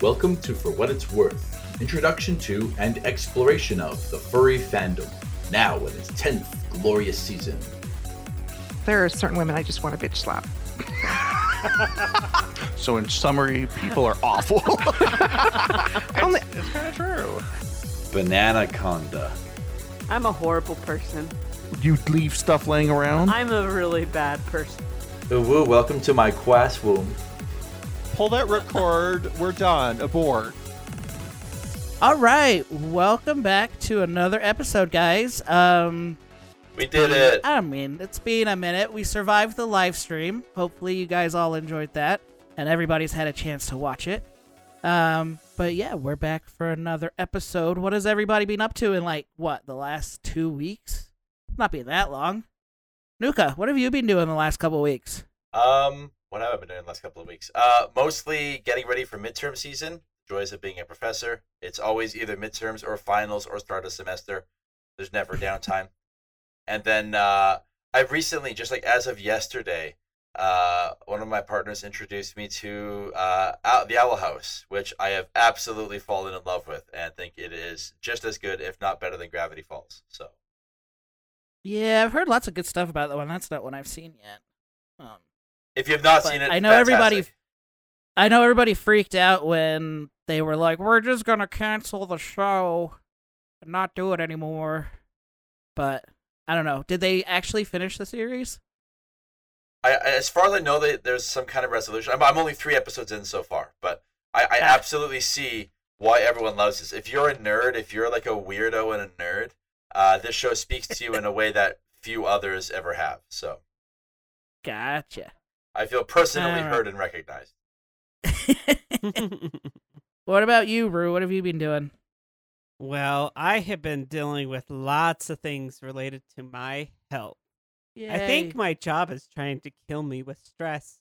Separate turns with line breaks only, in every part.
Welcome to For What It's Worth, introduction to and exploration of the furry fandom, now in its 10th glorious season.
There are certain women I just want to bitch slap.
So in summary, people are awful.
Only,
it's kind of true.
Banana Conda.
I'm a horrible person.
You leave stuff laying around.
I'm a really bad person.
Uwu, welcome to my quas womb.
Pull that record. We're done. Abort.
All right, welcome back to another episode, guys. Um,
We did it.
I mean, it's been a minute. We survived the live stream. Hopefully, you guys all enjoyed that, and everybody's had a chance to watch it. Um, but yeah, we're back for another episode. What has everybody been up to in like what the last two weeks? Not been that long. Nuka, what have you been doing the last couple weeks?
Um, what have I been doing the last couple of weeks? Uh, mostly getting ready for midterm season. Joys of being a professor. It's always either midterms or finals or start of semester. There's never downtime. And then uh, I've recently, just like as of yesterday, uh, one of my partners introduced me to uh, Ow- the Owl House, which I have absolutely fallen in love with, and think it is just as good, if not better, than Gravity Falls. So
Yeah, I've heard lots of good stuff about that one. That's not one I've seen yet. Um,
if you have not
But
seen it,
I know everybody-
fantastic.
I know everybody freaked out when they were like, "We're just gonna cancel the show and not do it anymore." But I don't know. Did they actually finish the series?
I, I- as far as I know, they, there's some kind of resolution. I'm, I'm only three episodes in so far, but I, I
Ah.
absolutely see why everyone loves this. If you're a nerd, if you're like a weirdo and a nerd, uh, this show speaks to you in a way that few others ever have. So
Gotcha.
I feel personally
Alright.
heard and recognized.
what about you, Rue? What have you been doing?
well, I have been dealing with lots of things related to my health. I think my job is trying to kill me with stress,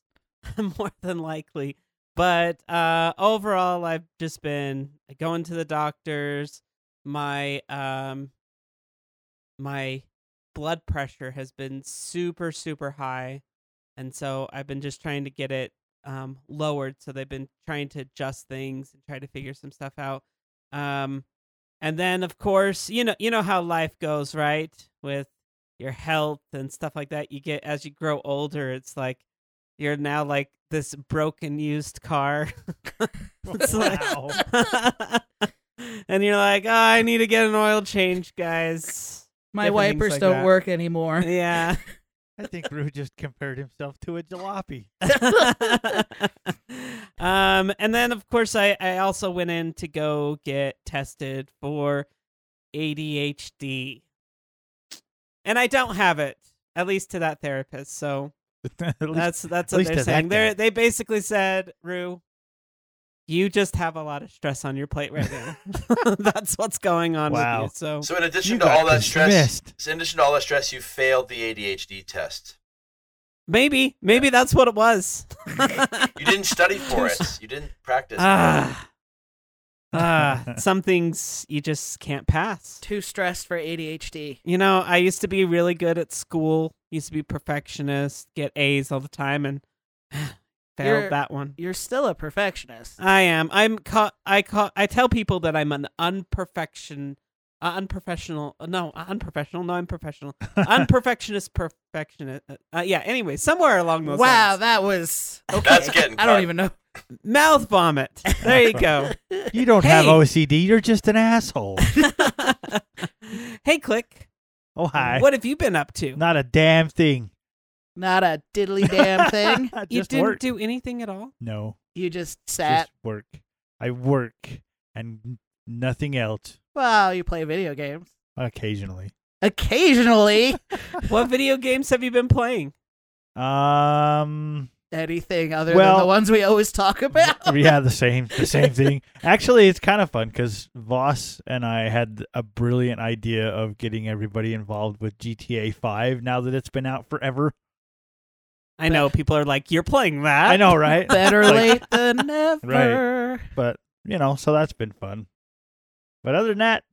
more than likely. But uh, overall, I've just been going to the doctors. My um, my blood pressure has been super super high, and so I've been just trying to get it um, lowered. So they've been trying to adjust things and try to figure some stuff out. Um, and then, of course, you know you know how life goes, right? With your health and stuff like that you get as you grow older it's like you're now like this broken used car It's like- and you're like oh, i need to get an oil change guys
My
different
wipers
things like
don't
that.
work anymore.
yeah
I think Rue just compared himself to a jalopy.
um, and then of course I, I also went in to go get tested for ADHD. And I don't have it, at least to that therapist. So
At least-
that's that's
at
what
least
they're
to that
saying. They
guy.
they basically said, Rue, you just have a lot of stress on your plate right now. that's what's going on
Wow.
with you. So
So in addition
Oh, You
to
got
all that stress,
dismissed.
so in addition to all that stress, you failed the ADHD test.
maybe maybe that's what it was.
You didn't study for it. You didn't practice.
Ah. Ah, some things you just can't pass.
Too stressed for ADHD.
You know, I used to be really good at school. Used to be perfectionist, get A's all the time, and failed
You're-
that one.
You're still a perfectionist.
I am. I'm. Ca- I ca- I tell people that I'm an unperfection, uh, unprofessional. No, uh, unprofessional. No, I'm professional. Unperfectionist, perfectionist. Uh, yeah. Anyway, somewhere along those
wow,
lines.
that was okay.
That's getting
I don't
cut.
even know.
mouth vomit. There you go.
you don't have
Hey.
OCD. You're just an asshole.
hey, click.
Oh hi.
What have you been up to?
Not a damn thing.
Not a diddly damn thing.
Just
you didn't
work.
do anything at all.
No.
You just sat.
Just work. I work and nothing else.
Well, you play video games
Occasionally.
occasionally.
what video games have you been playing?
Um.
anything other
Well-
than the ones we always talk about.
yeah, the same, the same thing. Actually, it's kind of fun because Voss and I had a brilliant idea of getting everybody involved with GTA Five. Now that it's been out forever,
I know people are like, you're playing that.
I know, right?
Better
Like-
late than never.
but you know, so that's been fun. But other than that,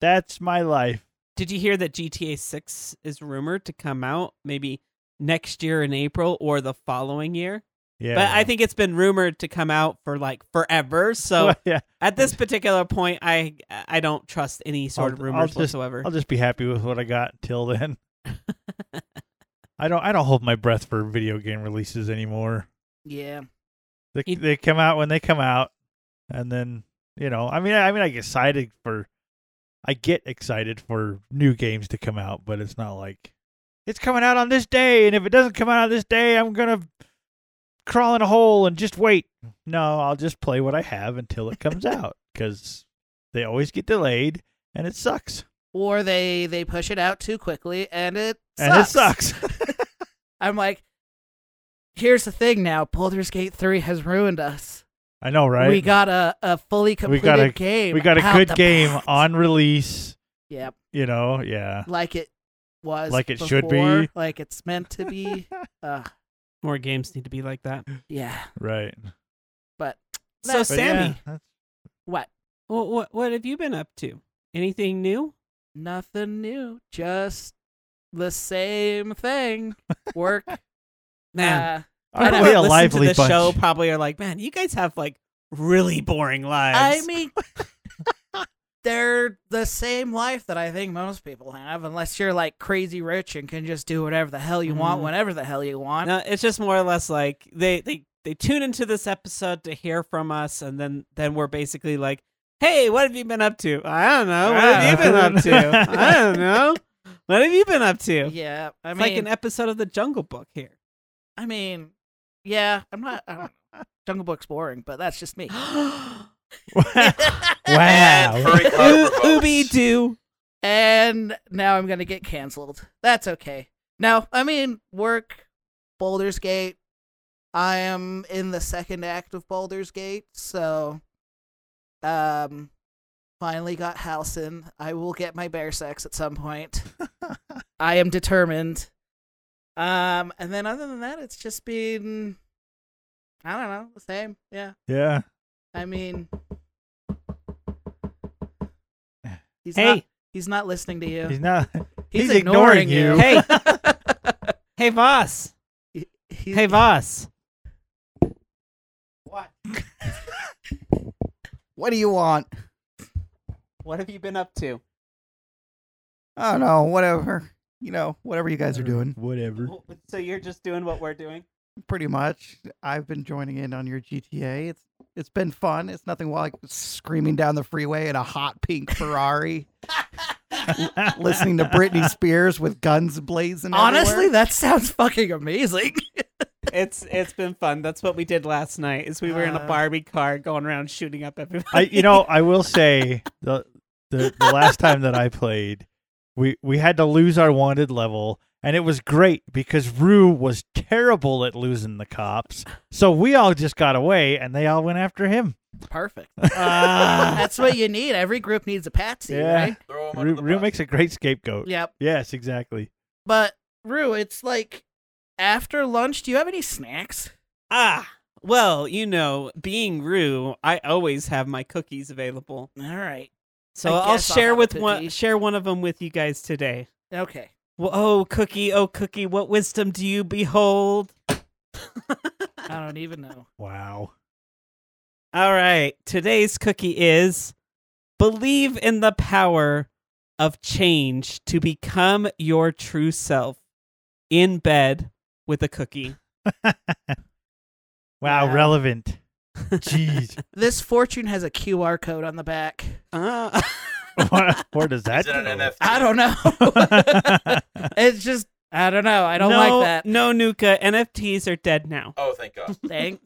that's my life.
Did you hear that GTA 6 is rumored to come out maybe next year in April or the following year?
Yeah.
but I think it's been rumored to come out for like forever. So
yeah,
at this particular point, I I don't trust any sort
I'll-
of
I'll
rumors
just-
whatsoever.
I'll just be happy with what I got till then. I don't. I don't hold my breath for video game releases anymore.
Yeah.
They
It-
they come out when they come out, and then you know. I mean, I, I mean, I get excited for. I get excited for new games to come out, but it's not like it's coming out on this day, and if it doesn't come out on this day, I'm gonna crawl in a hole and just wait. No, I'll just play what I have until it comes out because they always get delayed, and it sucks.
Or they they push it out too quickly and it
And it sucks.
I'm like, here's the thing now. Baldur's Gate 3 has ruined us.
I know, right?
We got a, a fully
We
completed
got a-
game.
We got a
out
good
the
game
box.
on release.
Yep.
You know, yeah.
Like it was.
Like it should
before,
be.
Like it's meant to be. uh,
More games need to be like that.
yeah.
Right.
But
So
But
Sammy,
yeah, that's-
what?
what, what what have you been up to? Anything new?
Nothing new. Just the same thing. Work. Uh,
Man, I
probably a
listen
lively
to the
bunch.
show. Probably are like, man, you guys have like really boring lives.
I mean, they're the same life that I think most people have, unless you're like crazy rich and can just do whatever the hell you want,
Mhm.
whenever the hell you want.
No, it's just more or less like they they they tune into this episode to hear from us, and then then we're basically like, "Hey, what have you been up to? I don't know. What have you been up to? I don't know. What have you been up to?"
Yeah, I
It's
mean,
like an e episode of the Jungle Book here.
I mean, yeah, I'm not. I don't, Jungle Book's boring, but that's just me.
And
wow.
furry club remotes.
Ooby doo.
and now I'm gonna get canceled. That's okay. No, I mean work. Boulder's Gate. I am in the second act of Boulder's Gate, so um, finally got house in. I will get my bear sex at some point. I am determined. Um, and then other than that, it's just been I don't know the same. Yeah,
yeah.
I mean. He's
Hey.
not, he's not listening to you.
He's not.
He's
he's ignoring
ignoring
you.
you.
Hey, hey, Voss.
He's-
Hey, Voss. What?
What do you want?
What have you been up to?
I don't know. Whatever. You know, whatever you guys are doing.
Whatever.
So you're just doing what we're doing.
Pretty much. I've been joining in on your GTA. It's it's been fun. It's nothing like screaming down the freeway in a hot pink Ferrari, listening to Britney Spears with guns blazing.
Honestly,
everywhere.
that sounds fucking amazing.
It's it's been fun. That's what we did last night. Is we were in a
Uh.
Barbie car going around shooting up everybody.
I you know, I will say the the, the last time that I played, we we had to lose our wanted level and it was great because Rue was terrible at losing the cops. So we all just got away and they all went after him.
Perfect.
Ah.
That's what you need. Every group needs a patsy,
Yeah.
right?
Throw 'em under
Rue,
the
Rue
bus.
makes a great scapegoat.
Yep.
Yes, exactly.
But Rue, it's like after lunch. Do you have any snacks?
ah, well, you know, being Rue, I always have my cookies available.
All right.
So
I
I'll
guess I'll
share
have a
with one
cookie.
share one of them with you guys today.
Okay.
Well, oh, cookie, oh, cookie, what wisdom do you behold?
I don't even know.
Wow.
All right, today's cookie is believe in the power of change to become your true self in bed with a cookie.
Wow,
Wow.
relevant. Jeez.
This fortune has a QR code on the back.
Uh,
Where- Where does that
Is it an NFT?
I don't know. it's just I don't know. I don't
no,
like that.
No, Nuka, NFTs are dead now.
Oh, thank God.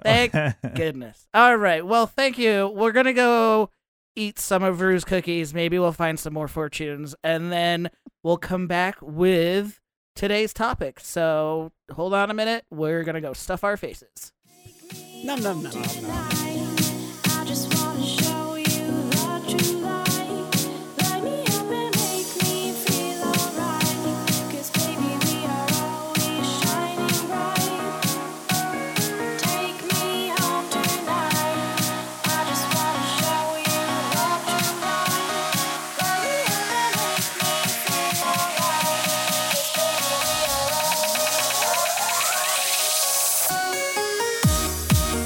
Thank Thank goodness. All right. Well, thank you. We're gonna go eat some of Rue's cookies. Maybe we'll find some more fortunes, and then we'll come back with today's topic. So hold on a minute. We're gonna go stuff our faces.
Nom nom nom.
I just wanna show you the true light. Light me up and make me feel alright. 'Cause baby, we are always shining bright. Take me home tonight. I just wanna show you the true light. Light me up and make me feel alright. 'Cause baby, we are always shining bright.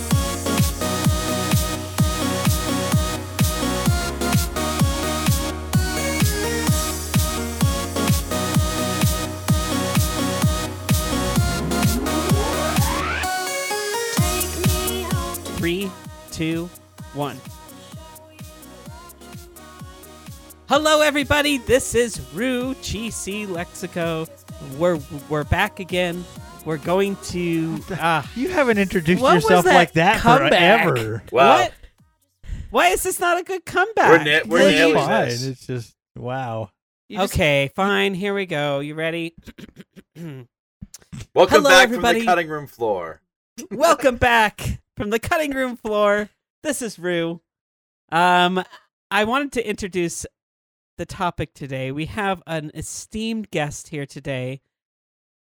one. Hello, everybody. This is Rue GC Lexico. We're we're back again. We're going to uh,
You haven't introduced
What was
yourself
that
like that
comeback?
forever.
Wow.
what? Why is this not a good comeback?
We're, na- we're
Like,
It's
nailing
fine.
this.
It's just wow.
You just-
okay, fine. Here we go. You ready?
Welcome
Hello,
back from
everybody.
the cutting room floor.
Welcome back from the cutting room floor. This is Rue. Um, I wanted to introduce the topic today. We have an esteemed guest here today.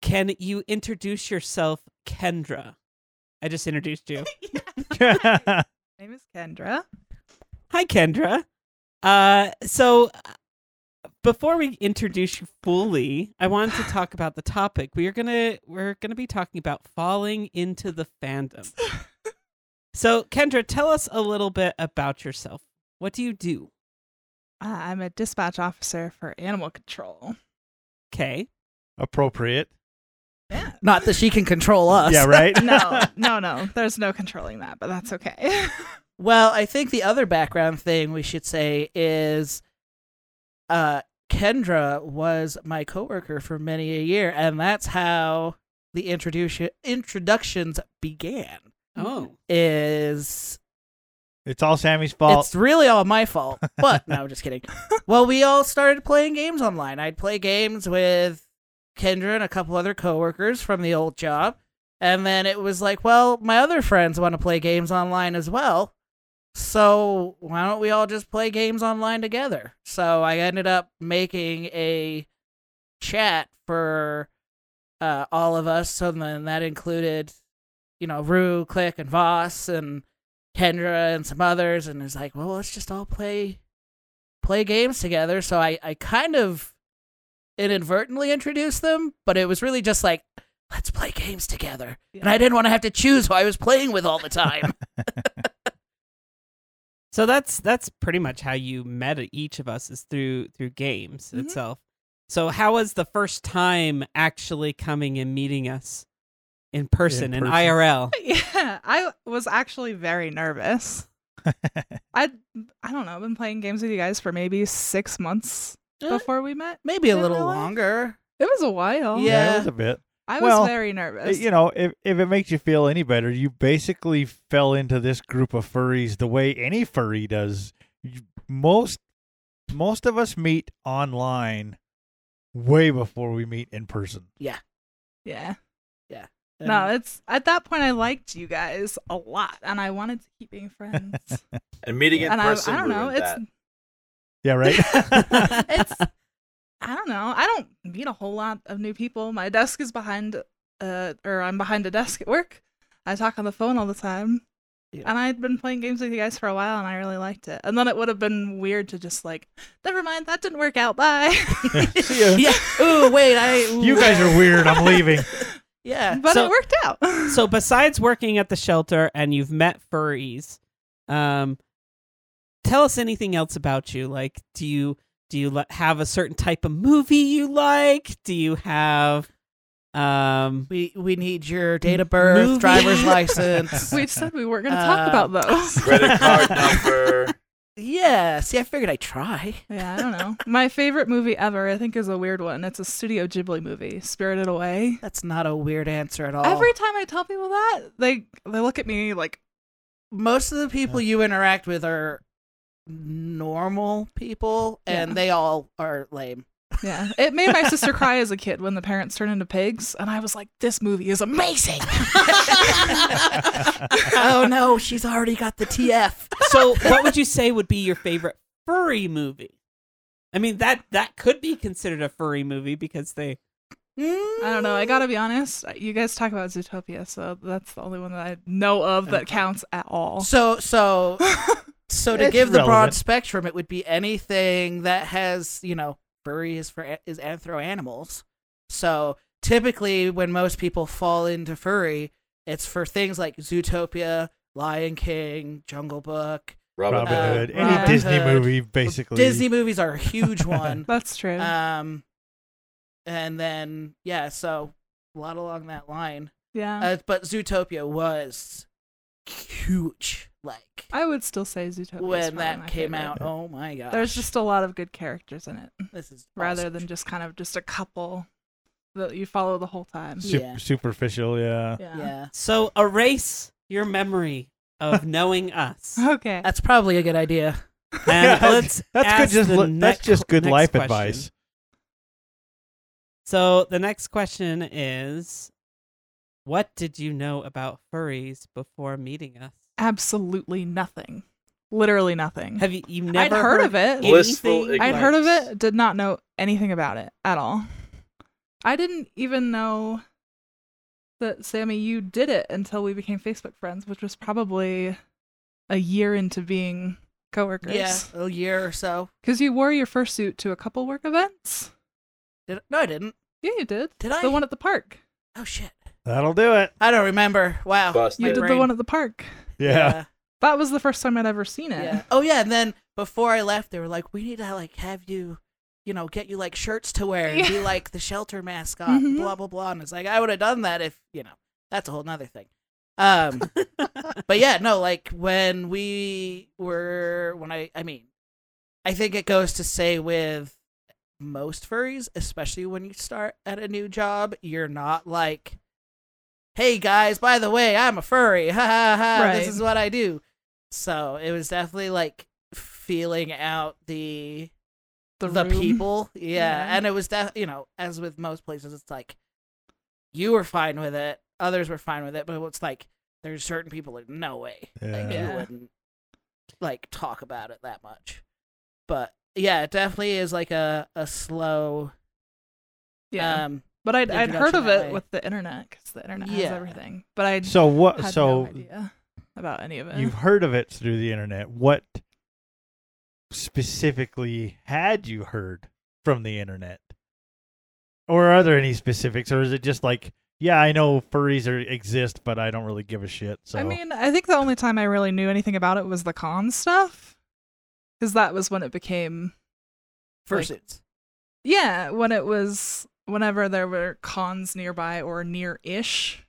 Can you introduce yourself, Kendra? I just introduced you.
yeah,
My name is Kendra.
Hi, Kendra. Uh, so uh, before we introduce you fully, I wanted to talk about the topic. We are gonna we're gonna be talking about falling into the fandom. so, Kendra, tell us a little bit about yourself. What do you do?
Uh, I'm a dispatch officer for animal control.
Okay.
appropriate.
Yeah.
Not that she can control us.
Yeah, right.
no, no, no. There's no controlling that, but that's okay.
Well, I think the other background thing we should say is uh Kendra was my coworker for many a year, and that's how the introduction introductions began.
Oh,
Is
It's all Sammy's fault.
it's really all my fault. But no, I'm just kidding. Well, we all started playing games online. I'd play games with Kendra and a couple other coworkers from the old job. And then it was like, well, my other friends want to play games online as well. So why don't we all just play games online together? So I ended up making a chat for uh, all of us. So then that included, you know, Rue, Click, and Voss, and Kendra, and some others. And it's like, well, let's just all play play games together. So I, I kind of inadvertently introduced them, but it was really just like, let's play games together. And I didn't want to have to choose who I was playing with all the time.
so that's that's pretty much how you met each of us is through through games itself. So, how was the first time actually coming and meeting us in person in,
person.
IRL?
yeah, I was actually very nervous. I I don't know. I've been playing games with you guys for maybe six months
Eh.
before we met.
Maybe a
In
little
real life?
longer.
It was a while.
Yeah.
it was a bit.
I was
Well,
very nervous.
You know, if if it makes you feel any better, you basically fell into this group of furries the way any furry does. You- Most most of us meet online way before we meet in person.
yeah.
And
no, it's at that point I liked you guys a lot, and I wanted to keep being friends.
And meeting in
and I, I
person.
don't know.
ruined
It's
that.
Yeah, right.
it's I don't know. I don't meet a whole lot of new people. My desk is behind uh or I'm behind a desk at work. I talk on the phone all the time.
Yeah.
And I had been playing games with you guys for a while and I really liked it. And then it would have been weird to just like, never mind, that didn't work out. Bye.
See ya.
yeah. Ooh, wait. I. ooh,
You guys are weird. I'm leaving.
Yeah.
but
So-
it worked out.
so besides working at the shelter and you've met furries um tell us anything else about you like do you do you li- have a certain type of movie you like do you have um
We we need your date of birth,
Movie.
driver's license.
we said we weren't gonna
Uh,
talk about those.
Credit card number.
yeah. See, I figured I'd try.
yeah, I don't know. My favorite movie ever, I think, is a weird one. It's a Studio Ghibli movie, Spirited Away.
That's not a weird answer at all.
Every time I tell people that, they they look at me like,
Most of the people you interact with are normal people, and
Yeah.
they all are lame.
yeah. It made my sister cry as a kid when the parents turned into pigs, and I was like, this movie is amazing.
oh no, she's already got the TF.
so what would you say would be your favorite furry movie i mean that that could be considered a furry movie because they
I don't know. I gotta be honest. You guys talk about Zootopia, so that's the only one that I know of that counts at all.
Mm. So so so to
It's
give the broad
relevant.
spectrum, it would be anything that has you know furry is for is anthro animals. So typically, when most people fall into furry, it's for things like Zootopia, Lion King, Jungle Book.
Robin,
Robin
Hood.
Hood. Any
Robin
Disney
Hood.
movie, basically.
Disney movies are a huge one.
That's true.
um, and then yeah, so a lot along that line.
Um, yeah.
Uh, but Zootopia was huge. Like
I would still say Zootopia. is
when
probably
that
my
came
favorite.
out, oh my god!
There's just a lot of good characters in it,
this is
rather
awesome.
than just kind of just a couple that you follow the whole time.
Sup-
Yeah.
Superficial, yeah.
uh, Yeah.
yeah.
So erase your memory of knowing us.
Okay.
That's probably a good idea.
And let's
That's
ask
good. Just
the
li- that's
next-
just good
next
life
question.
advice.
So the next question is, what did you know about furries before meeting us?
Absolutely nothing. Literally nothing.
Have you you never
I'd heard, of it.
it. Blissful
anything?
I'd
ignorance.
heard of it, did not know anything about it at all. I didn't even know that Sammy, you did it until we became Facebook friends, which was probably a year into being coworkers.
Yeah, a year or so.
Because you wore your fursuit to a couple work events.
Did, no, I didn't.
Yeah, you did.
Did
The
I?
one at the park.
Oh shit!
That'll do it.
I don't remember. Wow.
Busted.
You
my
did the
brain.
one at the park.
Yeah.
That was the first time I'd ever seen it.
Yeah. Oh yeah, and then before I left, they were like, "We need to like have you, you know, get you like shirts to wear and be like the shelter mascot,
Mhm.
and blah blah blah." And it's like I would have done that if you know. That's a whole nother thing. Um, but yeah, no, like when we were when I, I mean, I think it goes to say with most furries, especially when you start at a new job, you're not like, "Hey guys, by the way, I'm a furry. Ha ha ha!
Right.
This is what I do." So it was definitely like feeling out the the,
room.
people. Yeah.
Yeah.
And it was that, you know, as with most places, it's like you were fine with it, others were fine with it, but it's like there's certain people like, no way. Like,
Yeah.
You
Yeah.
wouldn't like talk about it that much. But yeah, it definitely is like a, a slow.
Yeah.
Um,
but I'd, I'd heard
introduction
of
that
it
way.
with the internet because the internet
Yeah.
has everything. But I
So what?
had no
so
idea about any of it.
you've heard of it through the internet. What specifically had you heard from the internet? Or are there any specifics, or is it just like, yeah, I know furries are, exist, but I don't really give a shit. So
I mean, I think the only time I really knew anything about it was the con stuff. Because that was when it became.
fursuits.
Yeah, when it was. Whenever there were cons nearby or near ish,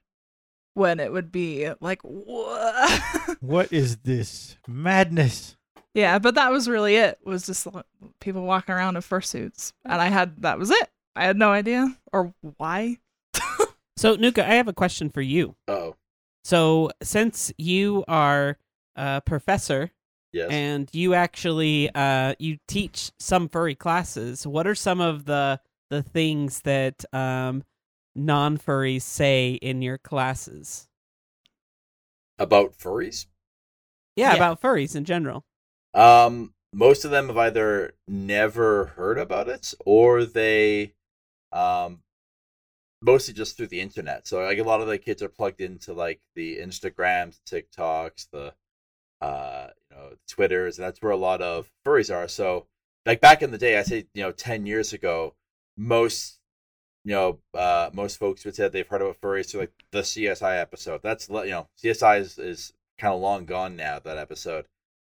when it would be like, "Wha-"
what is this madness?
yeah, but that was really it. Was just like, people walking around in fursuits, and I had that was it. I had no idea or why.
So Nuka, I have a question for you.
Oh,
So since you are a professor
yes.
and you actually uh, you teach some furry classes, what are some of the the things that um, non furries say in your classes?
About furries?
Yeah,
Yeah.
about furries in general.
Um, most of them have either never heard about it or they, um, mostly just through the internet. So like a lot of the kids are plugged into like the Instagrams, TikToks, the, uh, you know, Twitters, and that's where a lot of furries are. So like back in the day, I say you know ten years ago, most you know uh, most folks would say they've heard about furries through like the CSI episode. That's li- you know CSI is, is kind of long gone now that episode.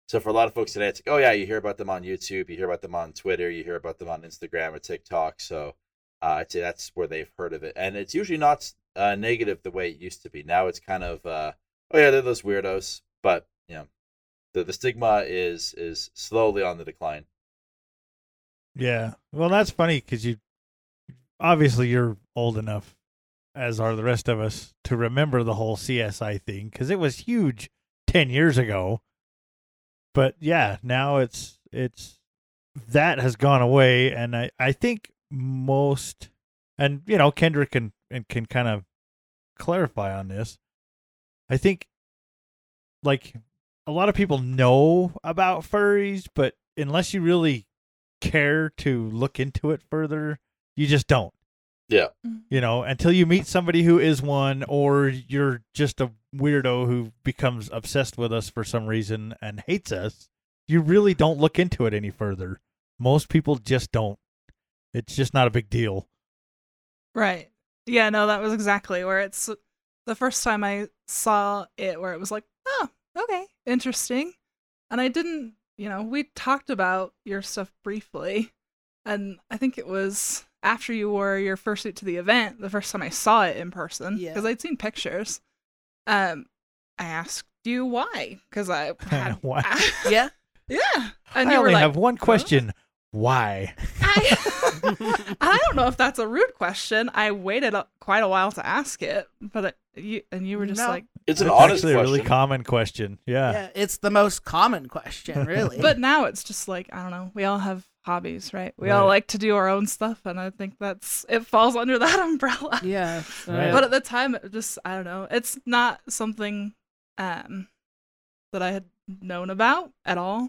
So for a lot of folks today, it's like, oh yeah, you hear about them on YouTube, you hear about them on Twitter, you hear about them on Instagram or TikTok. So uh, I'd say that's where they've heard of it, and it's usually not uh, negative the way it used to be. Now it's kind of uh, oh yeah, they're those weirdos, but you know the the stigma is is slowly on the decline.
Yeah. Well, that's funny because you obviously you're old enough, as are the rest of us, to remember the whole CSI thing because it was huge 10 years ago. But yeah, now it's, it's, that has gone away. And I, I think most, and, you know, Kendra can, and can kind of clarify on this. I think like a lot of people know about furries, but unless you really care to look into it further, you just don't.
Yeah.
Mhm.
You know, until you meet somebody who is one, or you're just a weirdo who becomes obsessed with us for some reason and hates us, you really don't look into it any further. Most people just don't. It's just not a big deal.
Right. Yeah, no, that was exactly where it's the first time I saw it where it was like, oh, okay, interesting. And I didn't, you know, we talked about your stuff briefly. And I think it was after you wore your fursuit to the event, the first time I saw it in person,
Yeah.
because I'd seen pictures. Um, I asked you why? Because I had.
Why?
Yeah.
yeah. And
I
you were
only
like,
have one question. Why?
I, I don't know if that's a rude question. I waited a- quite a while to ask it, but it, you and you were just
No.
like,
It's an
That's
honest
actually a really
question.
common question. Yeah.
Yeah, it's the most common question, really.
but now it's just like I don't know. We all have hobbies, right? We all
Right.
like to do our own stuff, and I think that's it falls under that umbrella.
yeah, so-
Right.
But at the time, it just I don't know. It's not something um that I had known about at all,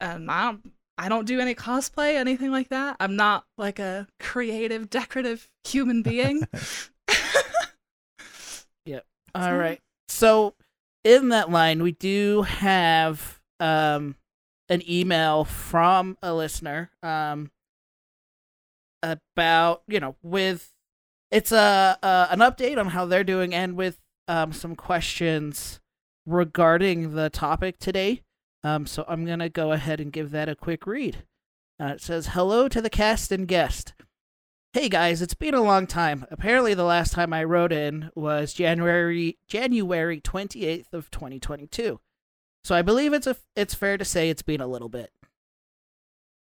and I don't, I don't do any cosplay, anything like that. I'm not like a creative, decorative human being.
all right. So in that line, we do have um, an email from a listener um, about you know with it's a, a an update on how they're doing and with um, some questions regarding the topic today. Um, so I'm gonna go ahead and give that a quick read. Uh, it says, "Hello to the cast and guest. Hey guys, it's been a long time. Apparently, the last time I wrote in was January January 28th of 2022. So I believe it's a, it's fair to say it's been a little bit.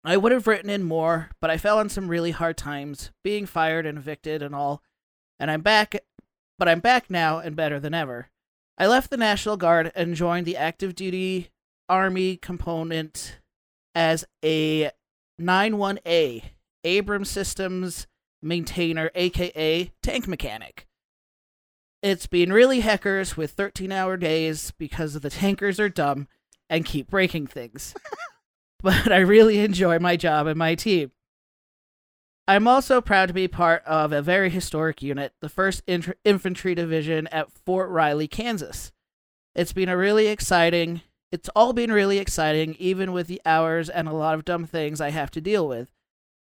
I would have written in more, but I fell on some really hard times, being fired and evicted and all. And I'm back, but I'm back now and better than ever. I left the National Guard and joined the active duty army component as a 91A Abrams Systems maintainer, aka tank mechanic. It's been really heckers with 13 hour days because the tankers are dumb and keep breaking things. but I really enjoy my job and my team. I'm also proud to be part of a very historic unit, the 1st Int- Infantry Division at Fort Riley, Kansas. It's been a really exciting, it's all been really exciting, even with the hours and a lot of dumb things I have to deal with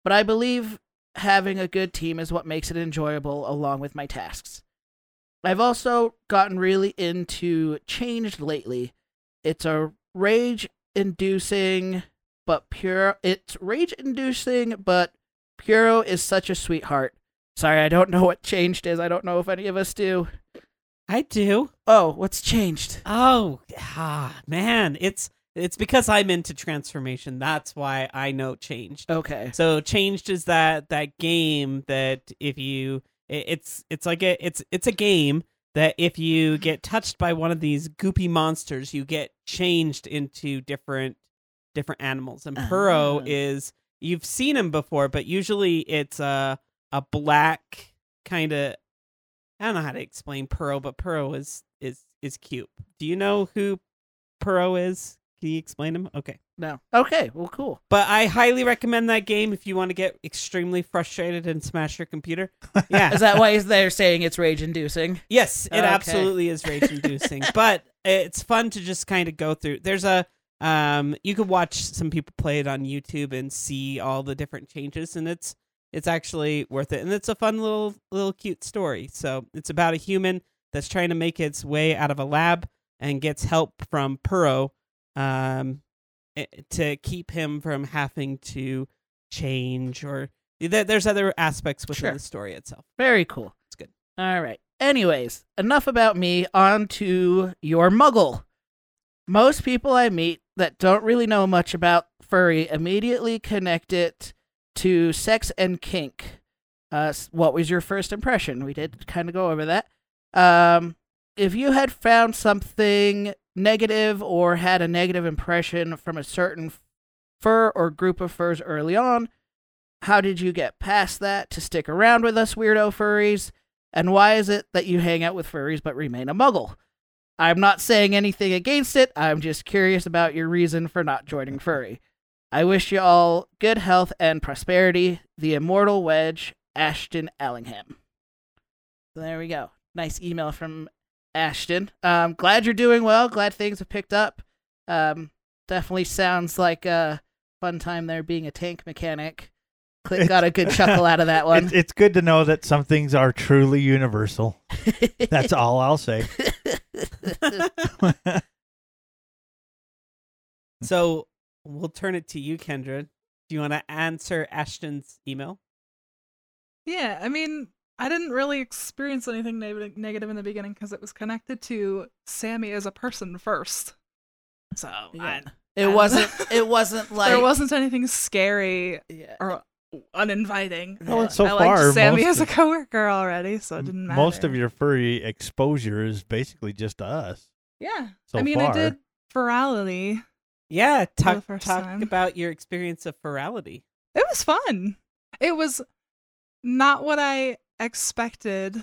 but I believe having a good team is what makes it enjoyable along with my tasks. I've also gotten really into Changed lately. It's a rage inducing but pure it's rage inducing but Puro is such a sweetheart. Sorry, I don't know what changed is. I don't know if any of us do.
I do.
Oh, what's changed?
Oh, ah, man, it's it's because I'm into transformation. That's why I know changed.
Okay.
So changed is that that game that if you it- it's it's like a it's it's a game that if you get touched by one of these goopy monsters, you get changed into different different animals. And Puro
Ah.
is you've seen him before, but usually it's a a black kind of I don't know how to explain Puro, but Puro is is is cute. Do you know who Puro is? Can you explain him? Okay.
No. Okay, well cool.
But I highly recommend that game if you want to get extremely frustrated and smash your computer. Yeah.
Is that why they're saying it's rage inducing?
yes, it
Okay.
absolutely is rage inducing. but it's fun to just kind of go through. There's a um you could watch some people play it on YouTube and see all the different changes and it's it's actually worth it. And it's a fun little little cute story. So, it's about a human that's trying to make its way out of a lab and gets help from Puro um i- to keep him from having to change or there- there's other aspects within
Sure.
the story itself.
Very cool.
It's good.
All right. Anyways, enough about me. On to your muggle. Most people I meet that don't really know much about furry immediately connect it to sex and kink. Uh, s- what was your first impression? We did kind of go over that. Um, if you had found something negative or had a negative impression from a certain fur or group of furs early on, how did you get past that to stick around with us weirdo furries? And why is it that you hang out with furries but remain a muggle? I'm not saying anything against it. I'm just curious about your reason for not joining furry. I wish you all good health and prosperity. The immortal wedge, Ashton Allingham. So there we go. Nice email from Ashton. Um, glad you're doing well. Glad things have picked up. Um, definitely sounds like a fun time there being a tank mechanic. Click got a good chuckle out of that one.
It's, it's good to know that some things are truly universal. That's all I'll say.
So we'll turn it to you, Kendra. Do you want to answer Ashton's email?
Yeah, I mean, I didn't really experience anything neg- negative in the beginning because it was connected to Sammy as a person first. So I,
It
I-
wasn't. It wasn't like
there wasn't anything scary
Yeah.
or uninviting.
Well, and so
I liked
far,
Sammy
most
as a
of-
coworker already, so it didn't matter.
Most of your furry exposure is basically just us.
yeah.
so
I mean,
far.
I did virality.
Yeah,
the
talk talk
first time.
about your experience of ferality.
It was fun. It was not what I expected.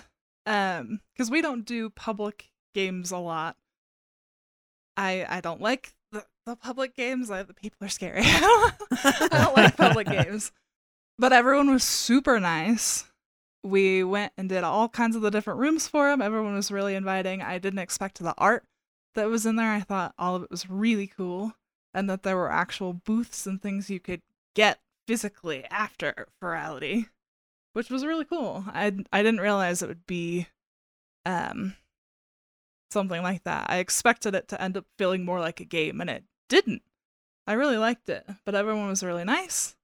Um, because we don't do public games a lot. I I don't like the, the public games. I, the people are scary. I don't like public games. But everyone was super nice. We went and did all kinds of the different rooms for them. Everyone was really inviting. I didn't expect the art that was in there. I thought all of it was really cool, and that there were actual booths and things you could get physically after virality, which was really cool. I I didn't realize it would be um something like that. I expected it to end up feeling more like a game and it didn't. I really liked it, but everyone was really nice.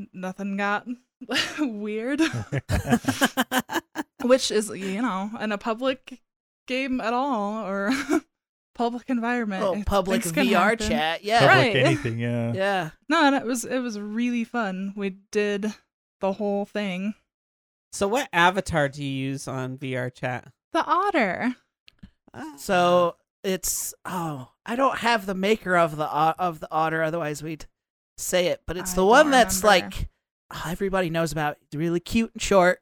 N- Nothing got weird, which is, you know, in a public game at all or public environment.
oh,
it-
public
things can
VR
happen.
chat. Yeah.
Public
Right.
anything, yeah.
Yeah.
No, and it was it was really fun. We did the whole thing.
So, what avatar do you use on VR chat?
The otter. Ah.
So it's oh, I don't have the maker of the o- of the otter. Otherwise, we'd say it. But it's
I
the
don't
one that's
remember.
like oh, everybody knows about. It's Really cute and short.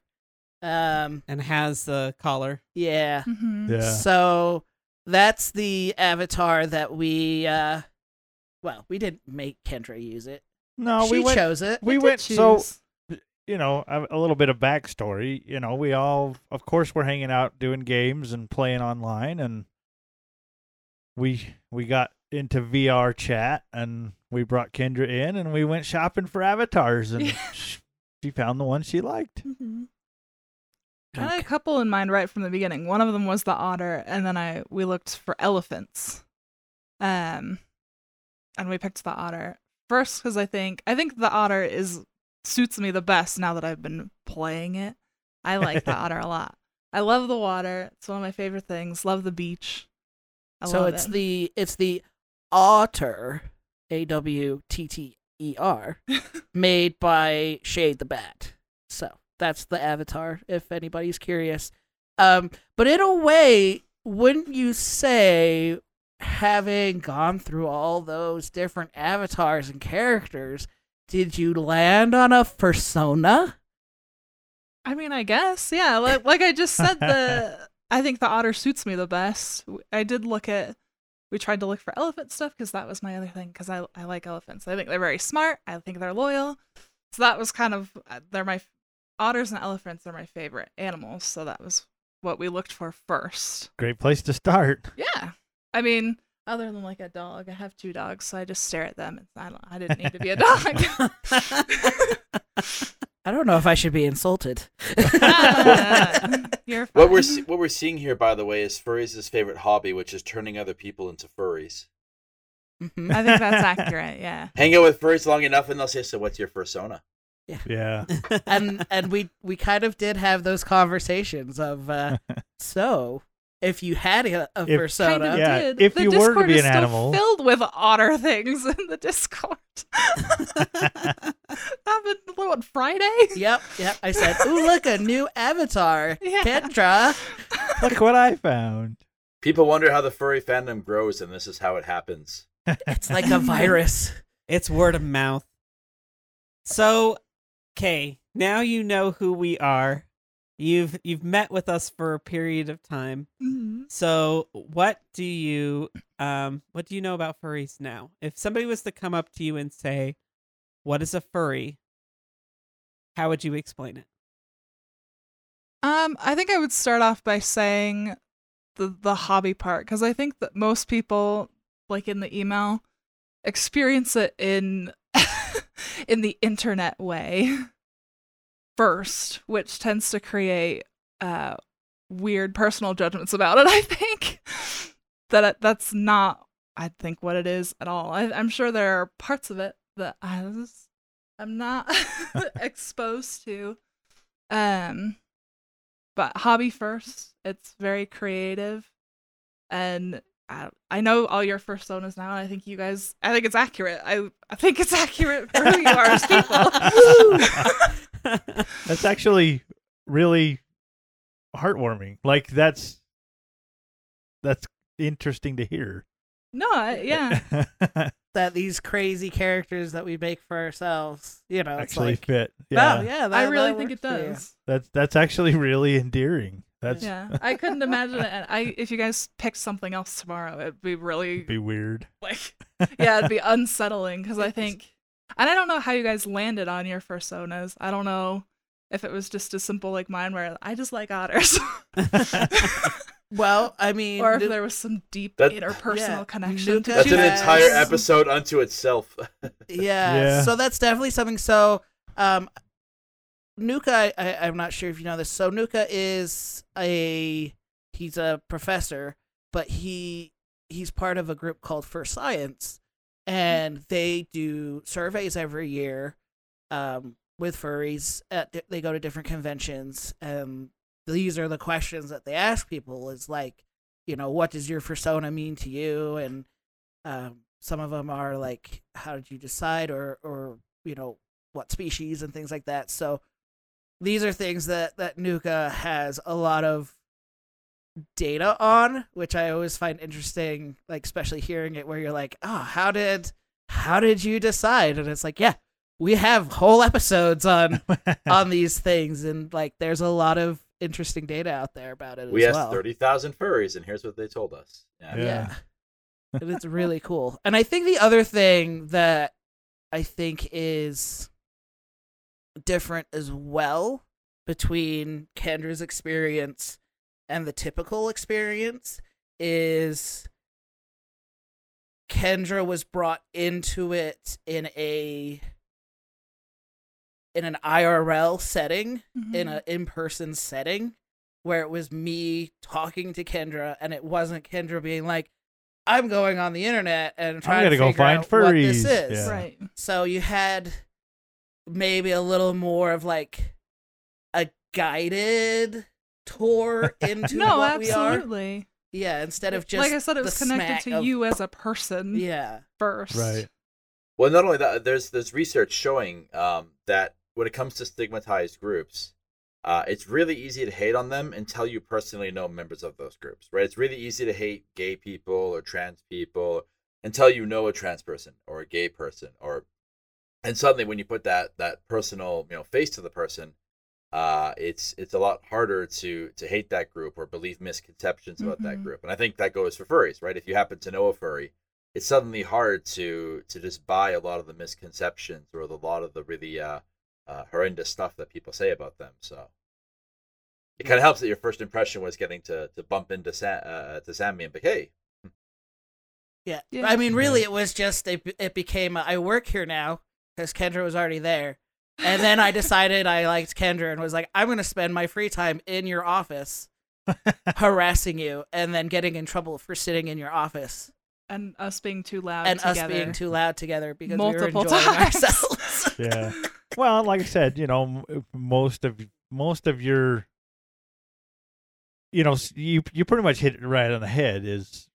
Um.
and has the collar.
Yeah.
Mm-hmm.
Yeah.
So that's the avatar that we. uh Well, we didn't make Kendra use it.
No,
she
we went.
chose it.
we
did
went so
choose.
you know a, a little bit of backstory. You know, we all, of course, we're hanging out doing games and playing online, and we we got into VR chat, and we brought Kendra in, and we went shopping for avatars, and sh she found the one she liked.
Mhm. I had a couple in mind right from the beginning. One of them was the otter, and then I we looked for elephants, um, and we picked the otter first because I think I think the otter is suits me the best now that I've been playing it. I like the otter a lot. I love the water; it's one of my favorite things. Love the beach. I
so
love
it's
it.
the it's the otter, A W T T E R, made by Shade the Bat. So that's the avatar. If anybody's curious, um, but in a way, wouldn't you say, having gone through all those different avatars and characters, did you land on a persona?
I mean, I guess, yeah. Like, like I just said, the I think the otter suits me the best. W- I did look at, we tried to look for elephant stuff because that was my other thing because I I like elephants. I think they're very smart. I think they're loyal. So that was kind of uh, they're my f- otters and elephants are my favorite animals. So that was what we looked for first.
Great place to start.
Yeah, I mean, other than like a dog, I have two dogs, so I just stare at them. And I don't, I didn't need to be a dog.
I don't know if I should be insulted.
You're
What we're
fine.
se- what we're seeing here, by the way, is furries' favorite hobby, which is turning other people into furries.
Mhm.
I think that's accurate. Yeah.
Hang out with furries long enough, and they'll say, "So, what's your persona?"
Yeah.
and and we we kind of did have those conversations of uh so if you had a, a
If-
persona
Kind of
Yeah,
did.
if
the
you were to
Discord
be
is
an
still
animal.
filled with otter things in the Discord. Happened what Friday?
yep yep i said ooh look a new avatar
Yeah.
kendra
Look what I found.
People wonder how the furry fandom grows, and this is how it happens.
it's like a virus
It's word of mouth. So, okay, now you know who we are. You've you've met with us for a period of time.
Mhm.
So, what do you um what do you know about furries now? If somebody was to come up to you and say, "What is a furry?" How would you explain it?
Um, I think I would start off by saying the the hobby part because I think that most people, like in the email, experience it in in the internet way first, which tends to create uh, weird personal judgments about it. I think that that's not, I think, what it is at all. I, I'm sure there are parts of it that I was, I'm not exposed to. Um, but hobby first. It's very creative, and I, I know all your personas now, and I think you guys. I think it's accurate. I I think it's accurate for who you are as people.
That's actually really heartwarming. Like that's that's interesting to hear.
no, I- yeah.
that these crazy characters that we make for ourselves, you know, it's
actually
like,
fit.
yeah,
Yeah.
oh, yeah, that,
I really
that
think it
works for you.
does.
That's that's actually really endearing. That's
Yeah, I couldn't imagine it. And I, if you guys picked something else tomorrow, it'd be really
be weird.
like, yeah, it'd be unsettling because I think, and I don't know how you guys landed on your personas. I don't know if it was just as simple like mine, where I just like otters,
Well, I mean,
or if
Nu-
there was some deep
That-
interpersonal
Yeah,
connection. to
Nuka
That's an
Yes.
entire episode unto itself.
yeah.
Yeah.
So that's definitely something. So, um, Nuka, I, I, I'm not sure if you know this. So Nuka is a he's a professor, but he he's part of a group called First Science, and they do surveys every year um, with furries. At, they go to different conventions, and these are the questions that they ask people. Is like, you know, what does your persona mean to you, and um, some of them are like how did you decide or or you know what species and things like that so these are things that that nuka has a lot of data on which i always find interesting like especially hearing it where you're like oh how did how did you decide and it's like yeah we have whole episodes on
Uh,
on these things and like there's a lot of interesting data out there about it
we
as
asked
well
30,000 furries, and here's what they told us. Yeah.
yeah. and it's really cool. And I think the other thing that I think is different as well between Kendra's experience and the typical experience is Kendra was brought into it in a in an IRL setting
Mm-hmm.
in an in-person setting where it was me talking to Kendra and it wasn't Kendra being like I'm going on the internet and trying
gonna
to
go
figure
find
out what this
furries."
is.
Yeah.
right.
So you had maybe a little more of like a guided tour into
No,
what we are.
absolutely.
Yeah, instead of just
like I said, it
the
was connected
smack
to
of-
you as a person
Yeah.
first.
Right.
Well, not only that, there's there's research showing um, that when it comes to stigmatized groups, uh, it's really easy to hate on them until you personally know members of those groups, right? It's really easy to hate gay people or trans people until you know a trans person or a gay person, or and suddenly when you put that that personal you know face to the person, uh, it's it's a lot harder to to hate that group or believe misconceptions about that
Mhm.
group, and I think that goes for furries, right? If you happen to know a furry, it's suddenly hard to to just buy a lot of the misconceptions or the lot of the really uh, uh, horrendous stuff that people say about them. So it kind of helps that your first impression was getting to to bump into Sam, uh, to Sammy and be like, hey,
Yeah.
Yeah.
I mean, really, it was just it, it became a, I work here now because Kendra was already there, and then I decided I liked Kendra and was like, I'm gonna spend my free time in your office, harassing you, and then getting in trouble for sitting in your office
And us being too loud
and
together.
us being too loud together because
Multiple
we were enjoying
times.
ourselves.
Yeah. Well, like I said, you know, m- uh, most of most of your you know, s- you you pretty much hit it right on the head is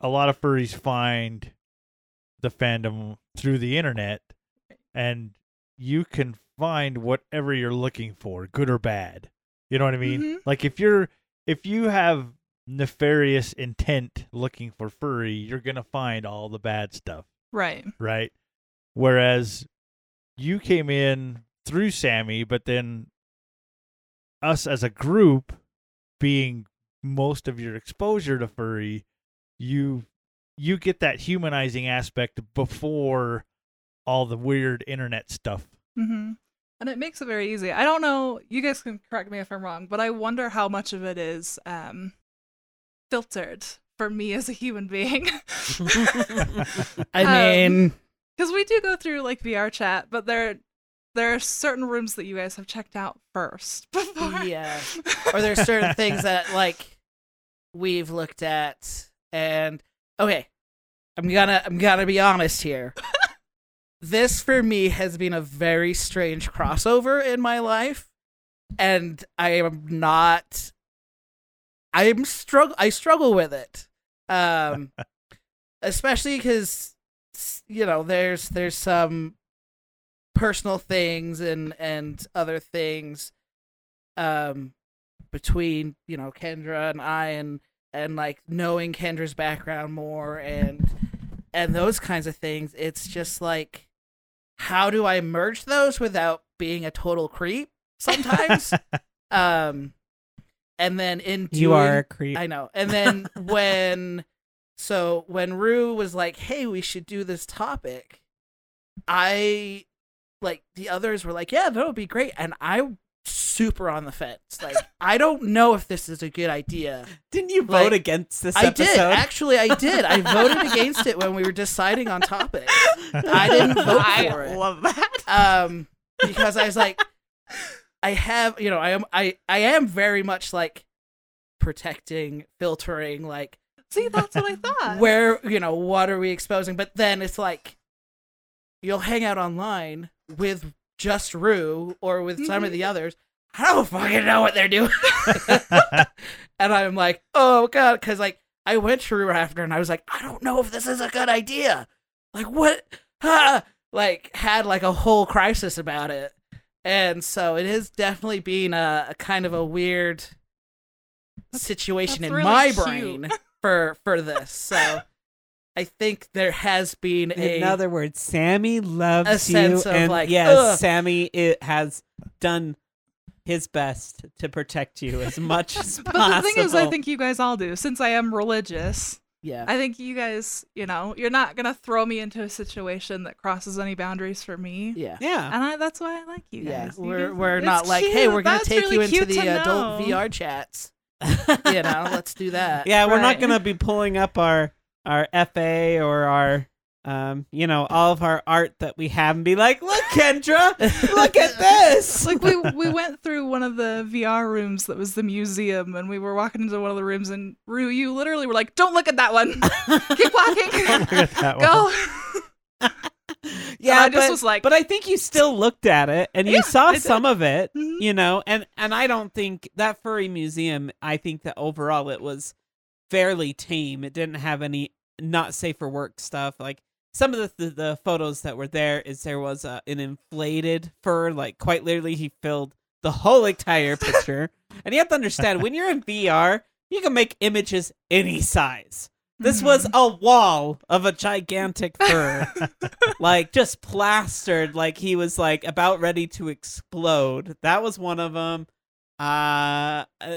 a lot of furries find the fandom through the internet and you can find whatever you're looking for, good or bad. You know what I mean?
Mhm.
Like if you're if you have nefarious intent looking for furry, you're going to find all the bad stuff
Right.
right? Whereas you came in through Sammy, but then us as a group being most of your exposure to furry, you you get that humanizing aspect before all the weird internet stuff.
hmm And it makes it very easy. I don't know. You guys can correct me if I'm wrong, but I wonder how much of it is um, filtered for me as a human being.
I mean,
Because we do go through like VR chat, but there there are certain rooms that you guys have checked out first before.
Yeah. or there's certain things that like we've looked at and okay i'm gonna i'm gonna be honest here this for me has been a very strange crossover in my life and I am not. I'm struggle. I struggle with it, um, especially because you know there's there's some personal things and and other things, um, between you know Kendra and I and and like knowing Kendra's background more and and those kinds of things. It's just like, how do I merge those without being a total creep? Sometimes, um, and then in
You are
doing-
a creep.
I know. And then when so when Rue was like, "Hey, we should do this topic," I like the others were like, "Yeah, that would be great," and I super on the fence. Like, I don't know if this is a good idea.
Didn't you vote
Like,
against this
I
episode?
did actually. I did. I voted against it when we were deciding on topics. I didn't vote
I
for it
love that.
um because I was like I have you know I am I I am very much like protecting filtering like
See, that's what I thought.
where you know what are we exposing but then it's like you'll hang out online with just Rue or with some of the others I don't fucking know what they're doing and I'm like oh god cuz like I went to Rue after and I was like I don't know if this is a good idea like what ah, like had like a whole crisis about it and so it has definitely been a, a kind of a weird situation
that's
in
really
my
cute.
brain for for this so i think there has been a
In other words, Sammy loves
a
you,
sense of,
and
like,
yes,
ugh.
Sammy it has done his best to protect you as much as
But
possible.
the thing is, I think you guys all do. Since I am religious,
yeah
I think you guys, you know, Oh, you're not gonna throw me into a situation that crosses any boundaries for me.
yeah
yeah,
And I, that's why I like you guys.
yeah
You
we're
guys-
we're
it's
not like hey
cute.
we're gonna
That's
take
really
you into
cute
the uh,
to
adult
know.
vr chats you know let's do that
yeah. We're not
Right.
gonna be pulling up our our FA or our. Um, you know, all of our art that we have, and be like, look, Kendra, look at this.
like we we went through one of the VR rooms that was the museum, and we were walking into one of the rooms, and Rue, you literally were like, "Don't look at that one. Keep walking.
Look at that one.
Go."
yeah,
I
Uh, but,
just was like-
but I think you still looked at it and you
Yeah,
saw
I did.
some of it,
Mhm.
you know, and and I don't think that furry museum. I think that overall it was fairly tame. It didn't have any not safe for work stuff. Like some of the the, the photos that were there is there was a, an inflated fur, like quite literally he filled the whole entire picture. and you have to understand when you're in VR, you can make images any size. This was
Mm-hmm.
a wall of a gigantic fur, like just plastered, like he was like about ready to explode. That was one of them. Uh, uh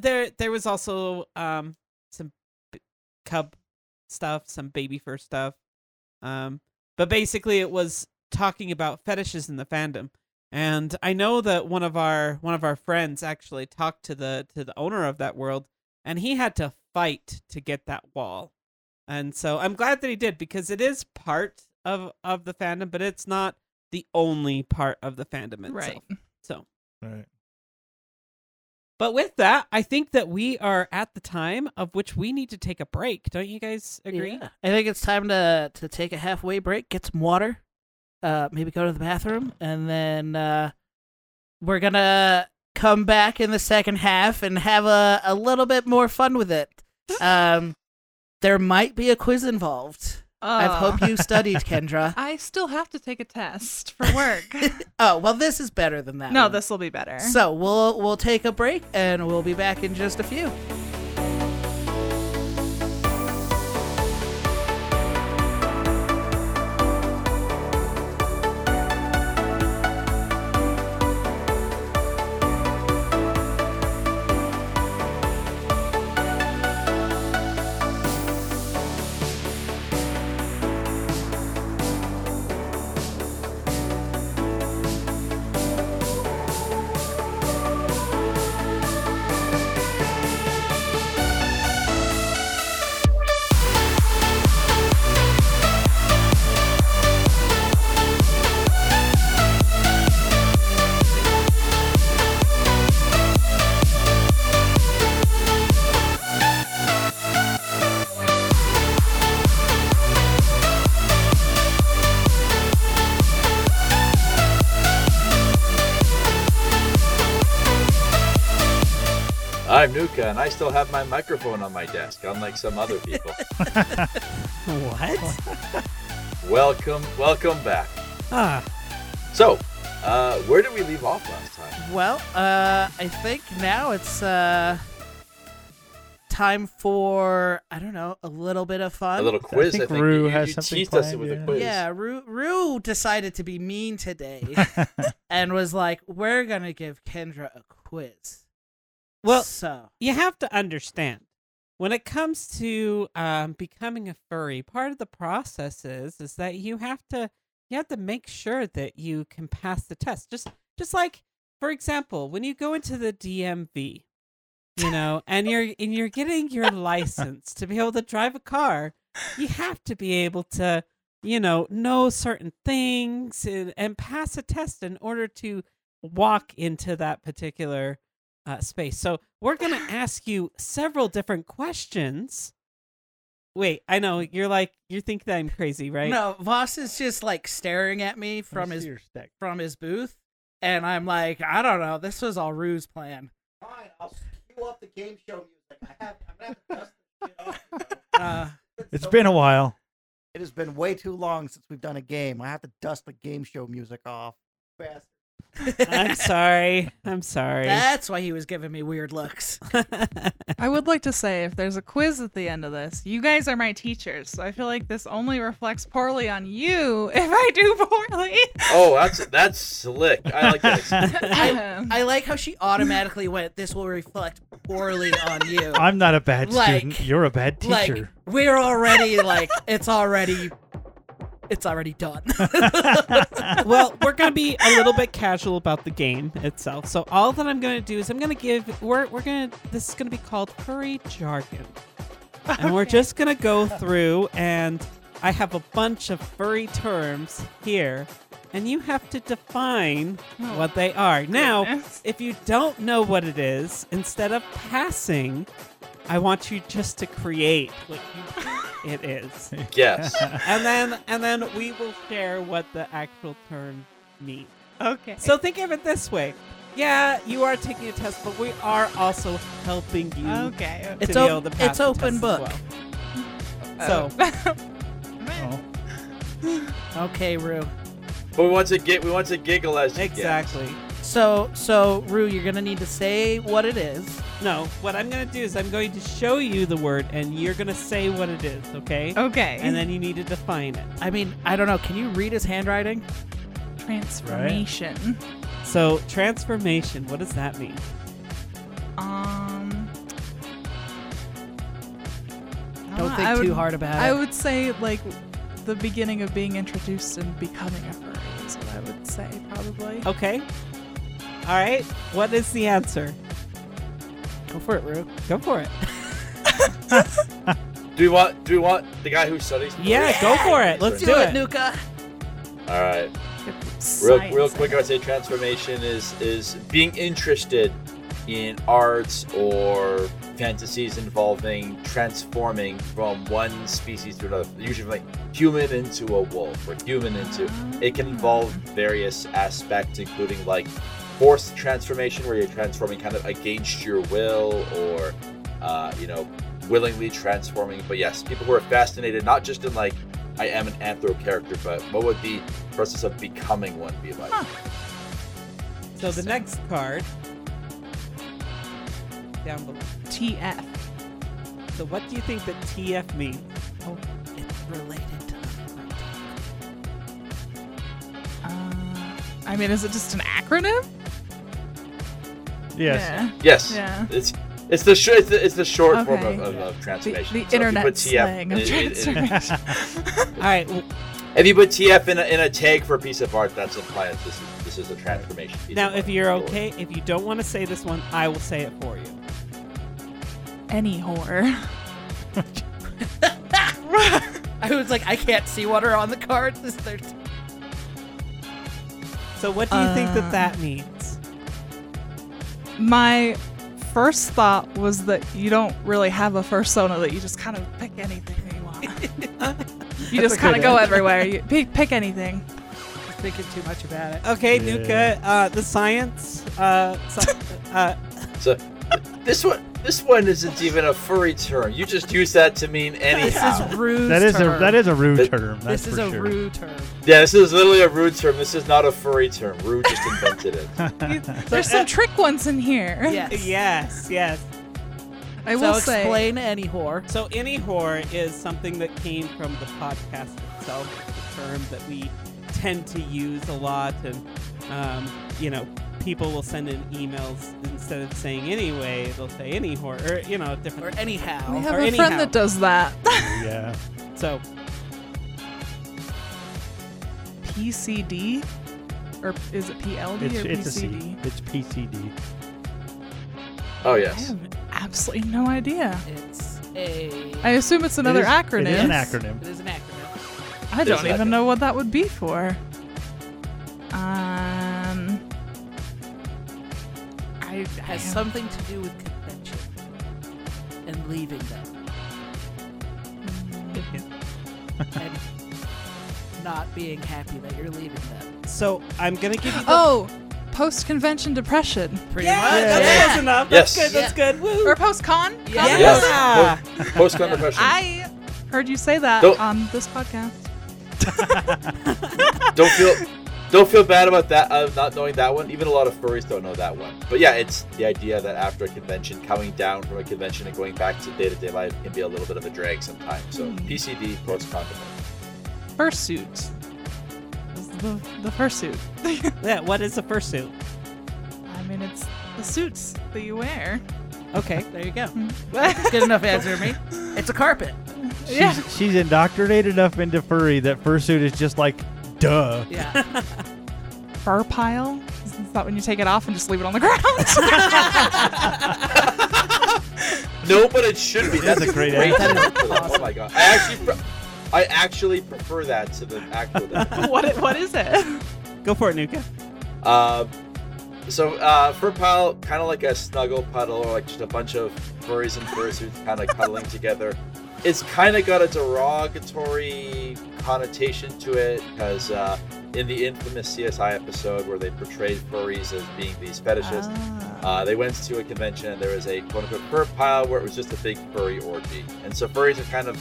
there, there was also um some b- cub stuff, some baby fur stuff. Um, but basically, it was talking about fetishes in the fandom. And I know that one of our one of our friends actually talked to the to the owner of that world and he had to fight to get that wall. And so I'm glad that he did because it is part of of the fandom, but it's not the only part of the fandom itself.
Right.
So,
Right.
but with that, I think that we are at the time of which we need to take a break. Don't you guys agree?
Yeah. I think it's time to to take a halfway break, get some water, uh, maybe go to the bathroom, and then uh, we're gonna come back in the second half and have a a little bit more fun with it. Um, there might be a quiz involved. I
Oh.
hope you studied, Kendra.
I still have to take a test for work.
oh well, this is better than that.
no,
one.
this will be better.
So we'll we'll take a break and we'll be back in just a few.
I'm Nuka, and I still have my microphone on my desk, unlike some other people.
what?
welcome, welcome back.
ah,
So, uh, where did we leave off last time?
Well, uh, I think now it's uh, time for I don't know a little bit of fun.
A little quiz. I think,
Um, think Rue
you,
has
you
something
teased us
planned,
with a
yeah.
quiz.
Yeah, Rue, Rue decided to be mean today and was like, "We're gonna give Kendra a quiz."
Well,
so
you have to understand when it comes to um, becoming a furry part of the process is is that you have to you have to make sure that you can pass the test just just like for example when you go into the dmv you know and you're and you're getting your license to be able to drive a car you have to be able to you know know certain things and, and pass a test in order to walk into that particular uh, space. So we're going to ask you several different questions. Wait, I know you're like you think that I'm crazy, right?
no, Voss is just like staring at me from his from his booth, and I'm like, I don't know. This was all Rue's plan.
Fine, I'll you up the game show music. I have, I'm gonna have to dust this shit off.
Uh,
It's been a while.
It has been way too long since we've done a game. I have to dust the game show music off. Fast.
I'm sorry. I'm sorry.
That's why he was giving me weird looks.
I would like to say if there's a quiz at the end of this, you guys are my teachers, so I feel like this only reflects poorly on you if I do poorly.
Oh, that's that's slick. I like that.
Ahem.
I like how she automatically went. This will reflect poorly on you.
I'm not a bad
Like-
student. You're a bad
like
teacher.
we're already like it's already it's already done.
well, we're going to be a little bit casual about the game itself. So all that I'm going to do is I'm going to give we're we're going to this is going to be called furry jargon. And we're just going to go through and I have a bunch of furry terms here and you have to define
Oh,
what they are. Now,
goodness.
if you don't know what it is, instead of passing, I want you just to create what you think it is
Yes.
and then and then we will share what the actual term means.
okay.
So think of it this way. Yeah, you are taking a test, but we are also helping you
okay.
to
It's
be
op-
able to pass
it's
the
open
test as
book.
well. So
Oh.
okay, Rue.
but we want to get we want to giggle as you get.
exactly.
So so Rue, you're gonna need to say what it is.
No, what I'm gonna do is I'm going to show you the word, and you're gonna say what it is, okay?
Okay.
And then you need to define it.
I mean, I don't know. Can you read his handwriting?
transformation.
So transformation. What does that mean?
Um. I
Don't
know,
think
I
too
would-
hard about
I
it.
would say like the beginning of being introduced and becoming a furry is what I would say probably.
Okay. All right. What is the answer?
Go for it, Rue.
Go for it.
Do we want do we want the guy who studies?
Yeah, go for it. Let's do,
Do
it.
it, Nuka.
All right. Real,
Science.
real quick, I would say transformation is is being interested in arts or fantasies involving transforming from one species to another. Usually, from like human into a wolf or human into. It can involve various aspects, including like forced transformation, where you're transforming kind of against your will, or uh, you know, willingly transforming. But yes, people who are fascinated not just in like I am an anthro character, but what would the process of becoming one be like?
So the next card down below.
TF.
So what do you think that TF means?
It's related to the
Uh, I mean, is it just an acronym?
Yes.
Yes.
Yeah.
It's it's the sh- it's the, it's the short form
Okay.
of, of, of
The, the
transformation. So if you
internet
put
slang of
it- it- it-
transformation.
All right. Well,
if you put TF in a, in a tag for a piece of art, that's implied that this is this is a transformation. Piece
now,
of
if
art.
you're okay, if you don't want to say this one, I will say it for you.
Any horror.
I was like, I can't see what are on the cards. Is there?
So what do you think that
Uh,
that means?
My first thought was that you don't really have a fursona, that you just kind of pick anything that you want. you just kind of go everywhere. You pick, pick anything.
Just thinking too much about it.
Okay,
Yeah.
Nuka. Uh, the science. Uh, sci- uh,
So this one This one isn't even a furry term. You just use that to mean anyhow.
This is rude.
That is a that is a rude
That-
term. That's
this is
for
a
sure.
rude term.
yeah, this is literally a rude term. This is not a furry term. Rude just invented it.
There's
uh,
some trick ones in here.
Yes.
Yes, yes.
I
So
will say.
explain any whore.
So any whore is something that came from the podcast itself, the term that we tend to use a lot, and um, you know, people will send in emails instead of saying anyway, they'll say any whore, or you know,
Or
different.
We
anyhow.
have
or
a
anyhow.
friend that does that.
Yeah.
So
PCD? Or is it PLD
It's
or
it's a C.
PCD?
It's PCD.
Oh
I
yes.
have absolutely no idea.
It's a.
I assume it's another
it is,
acronym.
It is an acronym.
It is an acronym.
I don't
It is an
even
acronym.
know what that would be for. Um, I, I
Has
have-
something to do with convention and leaving them and not being happy that you're leaving them.
so I'm gonna give you the
Oh, post convention depression
Pretty
yeah,
much.
that's
yeah.
close enough. That's
Yes.
good. That's good. Woo.
or post con?
Yeah.
Yes. Post
Yeah.
depression.
I heard you say that
Don't-
on this podcast.
Don't feel. Don't feel bad about that. Uh, not knowing that one. Even a lot of furries don't know that one. But yeah, it's the idea that after a convention, coming down from a convention and going back to day to day life can be a little bit of a drag sometimes. So
Hmm.
PCD post condom.
Fursuit. Is The, the fursuit.
Yeah, what is a fursuit?
I mean, it's the suits that you wear.
Okay.
There you go.
Mm-hmm.
Good enough answer, me. It's a carpet.
She's,
Yeah.
she's indoctrinated enough into furry that fursuit is just like, duh.
Yeah.
Fur pile? Is that when you take it off and just leave it on the ground?
No, but it should be. That's
a great
answer. Oh my god! I actually, pre- I actually prefer that to the actual. definition.
what, i- what is it?
Go for it, Nuka.
Uh, so uh, fur pile, kind of like a snuggle puddle, or like just a bunch of furries and fursuits kind of cuddling together. It's kind of got a derogatory connotation to it because uh, in the infamous CSI episode where they portrayed furries as being these fetishists,
Ah.
uh, they went to a convention and there was a quote unquote fur pile where it was just a big furry orgy. And so furries have kind of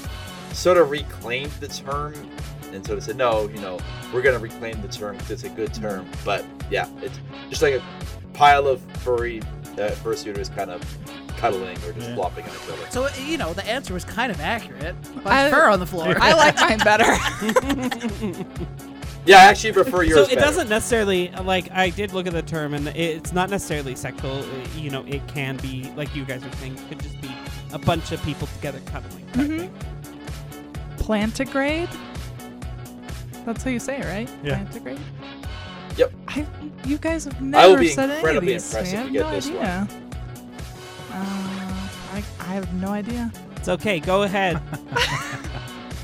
sort of reclaimed the term and sort of said, no, you know, we're going to reclaim the term because it's a good term. But yeah, it's just like a pile of furry uh, fursuiters kind of cuddling or just
Yeah.
flopping on each other.
So you know the answer was kind of accurate. Bunch
I-
of fur on the floor.
I like mine better.
Yeah, I actually prefer yours.
so it
better.
doesn't necessarily like I did look at the term and it's not necessarily sexual. uh, You know, it can be like you guys were saying. It could just be a bunch of people together cuddling. type
Mhm.
thing.
Plantigrade? That's how you say it, right?
Yeah.
Plantigrade?
Yep.
I, you guys have
I will
never
be
said any of
incredibly
these. to
impressed
me.
if
I
you get
have no
this one.
idea. Uh, I, I have no idea.
It's okay. Go ahead.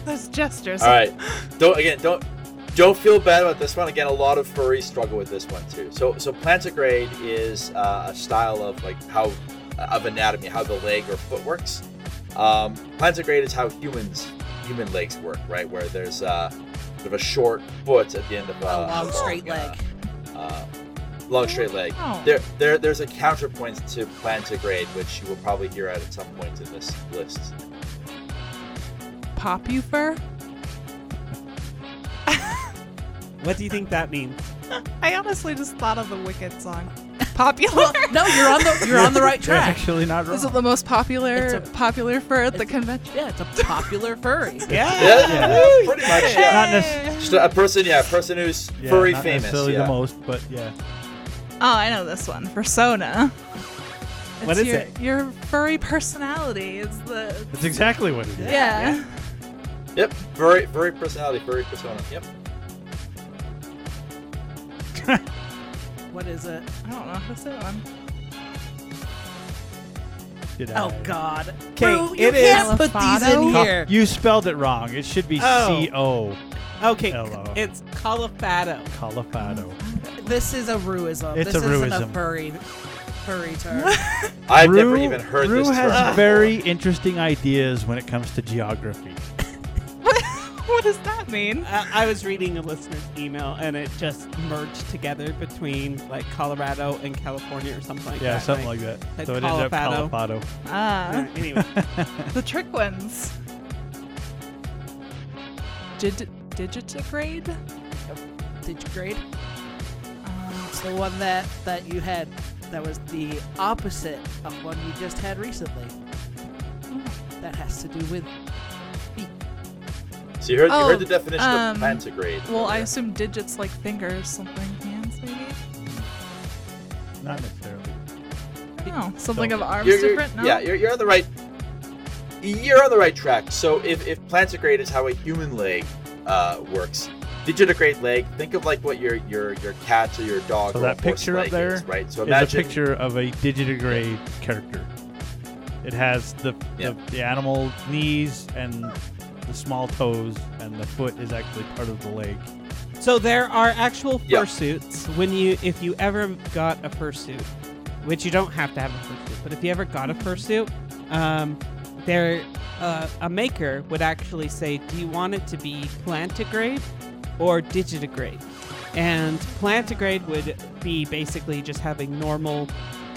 Those gestures.
All right. Don't again. Don't don't feel bad about this one. Again, a lot of furries struggle with this one too. So so plantigrade is uh, a style of like how of anatomy, how the leg or foot works. Um, plantigrade is how humans human legs work, right? Where there's uh, sort of a short foot at the end of a,
a long straight
uh,
leg.
uh, long straight leg.
Wow.
There, there, there's a counterpoint to plantigrade, which you will probably hear at some point in this list.
Pop you fur?
what do you think that means?
I honestly just thought of the Wicked song. Popular.
Well, no, you're on the you're on the right
You're
track.
actually not
Is
wrong.
it the most
It's
popular
a-
popular fur at the
it's a-
convention?
Yeah, it's a popular furry.
Yeah.
Yeah, pretty much. Yeah.
Not necessarily
Just a a person, yeah, a person who's furry
not
famous.
necessarily
yeah.
the most, but yeah.
Oh, I know this one. Persona.
What
It's
is
your,
it?
Your furry personality is the.
That's exactly what it is.
Yeah.
Yep, furry, furry personality, furry persona. Yep.
What is it?
I don't know how to say that one.
Did
Oh
I-
God.
'Kay,
Boo, you
it is-
can't put these in
Co-
here.
You spelled it wrong. It should be
Oh.
C O
Okay.
Hello.
It's Califado.
Califado.
This is a ruism.
It's
this
a
isn't a
ruism.
furry furry term.
I've never
Rue-
even heard
Rue
this
has
term.
very interesting ideas when it comes to geography.
what does that mean?
I, I was reading a listener's email and it just merged together between like Colorado and California or something like that.
yeah, something like
and
that.
I said
So it ended up
Colorado.
Colorado.
Ah,
Yeah, anyway,
the trick ones. Did digitigrade?
Digigrade. Um, it's the one that that you had that was the opposite of one you just had recently. That has to do with
So you heard, you
Oh,
heard the definition
um,
of plantigrade.
Well, I
earlier.
assume digits like fingers, something, hands maybe.
Not necessarily.
No, Oh, something of arms
You're- you're-
different. No.
Yeah, you're, you're on the right. You're on the right track. So if if plantigrade is how a human leg uh, works, digitigrade leg. Think of like what your your your cat or your dog.
So
or
that
horse
picture up
leg
there
is, right? So
is
imagine
a picture of a digitigrade character. It has the,
Yeah.
the the animal knees and the small toes, and the foot is actually part of the leg.
so there are actual
Yeah.
fursuits. When you, if you ever got a fursuit, which you don't have to have a fursuit, but if you ever got a fursuit, um, there uh, a maker would actually say, "Do you want it to be plantigrade or digitigrade?" And plantigrade would be basically just having normal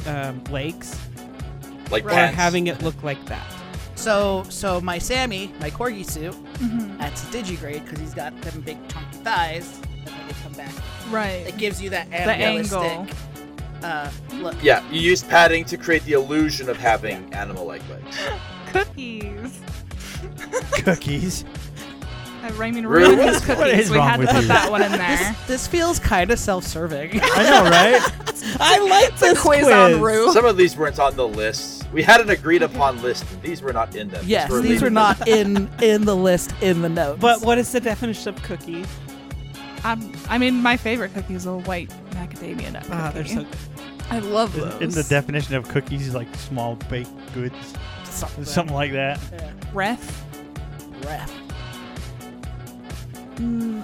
um, legs
like
or
pants.
having it look like that.
so so my Sammy, my corgi suit.
Mhm.
That's digigrade because he's got them big chunky thighs, and then they come back.
Right.
It gives you that
The angle.
animalistic uh, look.
Yeah, you use padding to create the illusion of having animal-like legs.
Cookies.
Cookies.
Uh, Raymond
Really?
Ruins
What
cookies.
is
we
wrong
had to
with
put
you?
that one in there.
This, this feels kind of self-serving.
I know, right?
I like this
quiz,
quiz.
on Rue.
Some of these weren't on the list. We had an agreed-upon list, and these were not in them.
yes,
were
these
leaving
are not in in the list in the notes.
But what is the definition of cookie?
Um, I mean, my favorite cookie is a white macadamia nut.
Ah, they're
cookie.
so good.
I love
Is-
those.
Isn't the definition of cookies like small baked goods,
something,
something like that?
Yeah.
ref?
Ref.
Mm,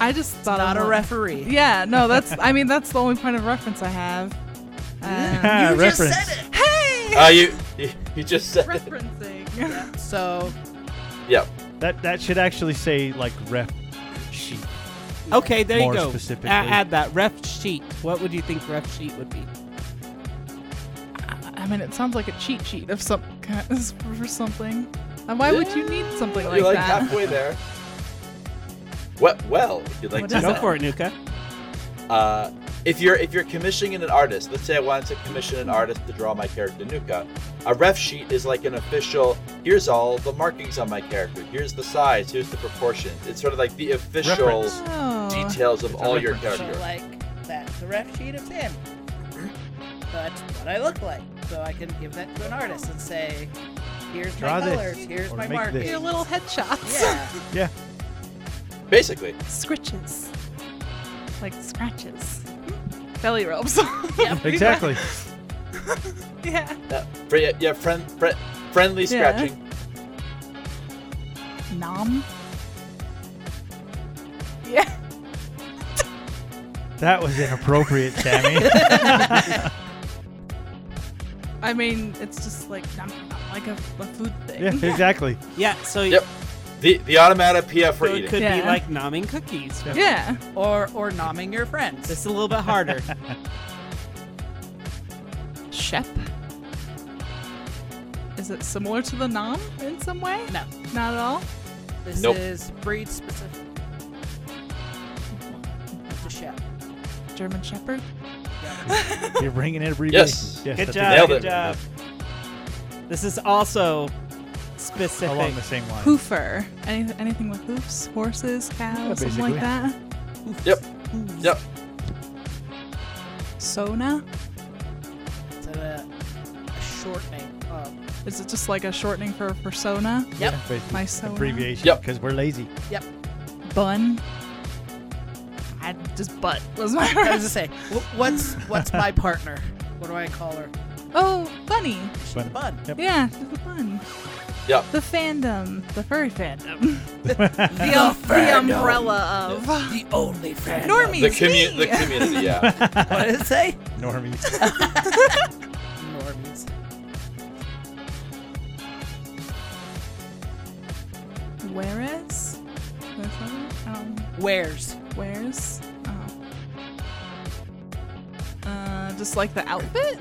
I just thought
Not
of
a
one.
referee.
Yeah, no, that's. I mean, that's the only point of reference I have. Um,
Ah, reference.
hey,
Uh, you, you you just said it.
referencing.
So
That that should actually say like ref sheet.
Okay, there
More
you go.
specifically.
A- add that ref sheet. What would you think ref sheet would be?
I mean, it sounds like a cheat sheet of some kind for something. And why would you need something like,
You're like
that?
halfway there. What? Well, if you'd like
What
to
is
know.
Go for it, Nuka.
Uh, if you're if you're commissioning an artist, let's say I wanted to commission an artist to draw my character Nuka, a ref sheet is like an official. Here's all the markings on my character. Here's the size. Here's the proportions. It's sort of like the official
Reference.
Oh.
details of
It's a
all your
reference.
So
character.
like that's the ref sheet of Sam. That's what I look like. So I can give that to an artist and say, here's
Draw
my
this,
colors, here's
or
my
make
markings.
this.
Your little headshots.
Yeah.
Basically,
Scritches. Like scratches. Belly rubs.
Exactly.
yeah.
yeah, fr- Uh, yeah, yeah, friend, friend, friendly scratching.
Nom. Yeah.
That was inappropriate, Sammy.
I mean, it's just like nom, nom, nom, like a, a food thing.
yeah, exactly.
Yeah, so,
Yep, The the automatic PF
so
for
it
eating.
could be
Yeah.
like nomming cookies.
Yeah.
Or or nomming your friends.
This is a little bit harder.
Shep. Is it similar to the nom in some way?
No.
Not at all.
This
Nope.
is breed specific. It's a chef.
German Shepherd.
You're bringing in abbreviations.
Yes.
good
that's
job,
Nailed
good
it.
job. This is also specific.
Along the same line.
Hoofer. Any, anything with hoofs, horses, cows,
Yeah,
something like
basically.
that.
Yep. Yep.
Sona.
It's a, a short name. Um,
Is it just like a shortening for persona?
Yep.
Yeah, basically.
My soda.
abbreviation.
Yep.
Because we're lazy.
Bun. I just butt was my
I was just saying, wh- what's what's my partner? What do I call her?
Oh, bunny.
But-
Bud.
Yep.
Yeah, just the bun.
Yep.
The fandom, the furry fandom,
The,
the umbrella of
the only friend.
normies.
The commu-
me.
the community. Yeah.
What did it say?
Normies.
Normies.
Whereas
Wears.
Wears? Oh. Uh, just like the outfit?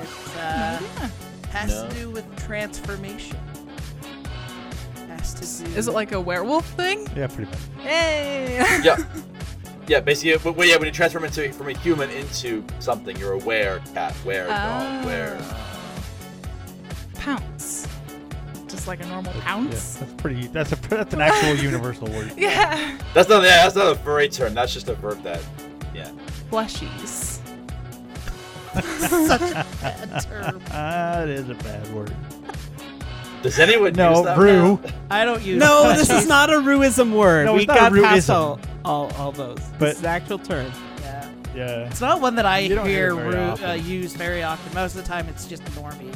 It's,
Yeah.
uh, Has
No.
to do with transformation. Has to do.
Is it like a werewolf thing?
Yeah, pretty much.
Hey!
Yeah. Yeah, basically, w- well, yeah, when you transform into from a human into something, you're aware, cat, where, dog, where.
Pounce. Just like a normal
Yeah,
pounce?
that's pretty. That's a that's an actual universal word.
Yeah.
That's not yeah, that's not a furry term. That's just a verb that, yeah.
Plushies.
Such a bad term.
That is a bad word.
Does anyone use
No,
that?
brew.
I don't use.
No,
plushies.
this is not a ruism word.
No,
we
it's not
got
a
past
ruism.
all, all, all those.
But-
this is the actual term.
Yeah.
Yeah.
It's not one that I
You
hear,
don't hear it very
ru- uh,
often.
used very often. Most of the time, it's just normie.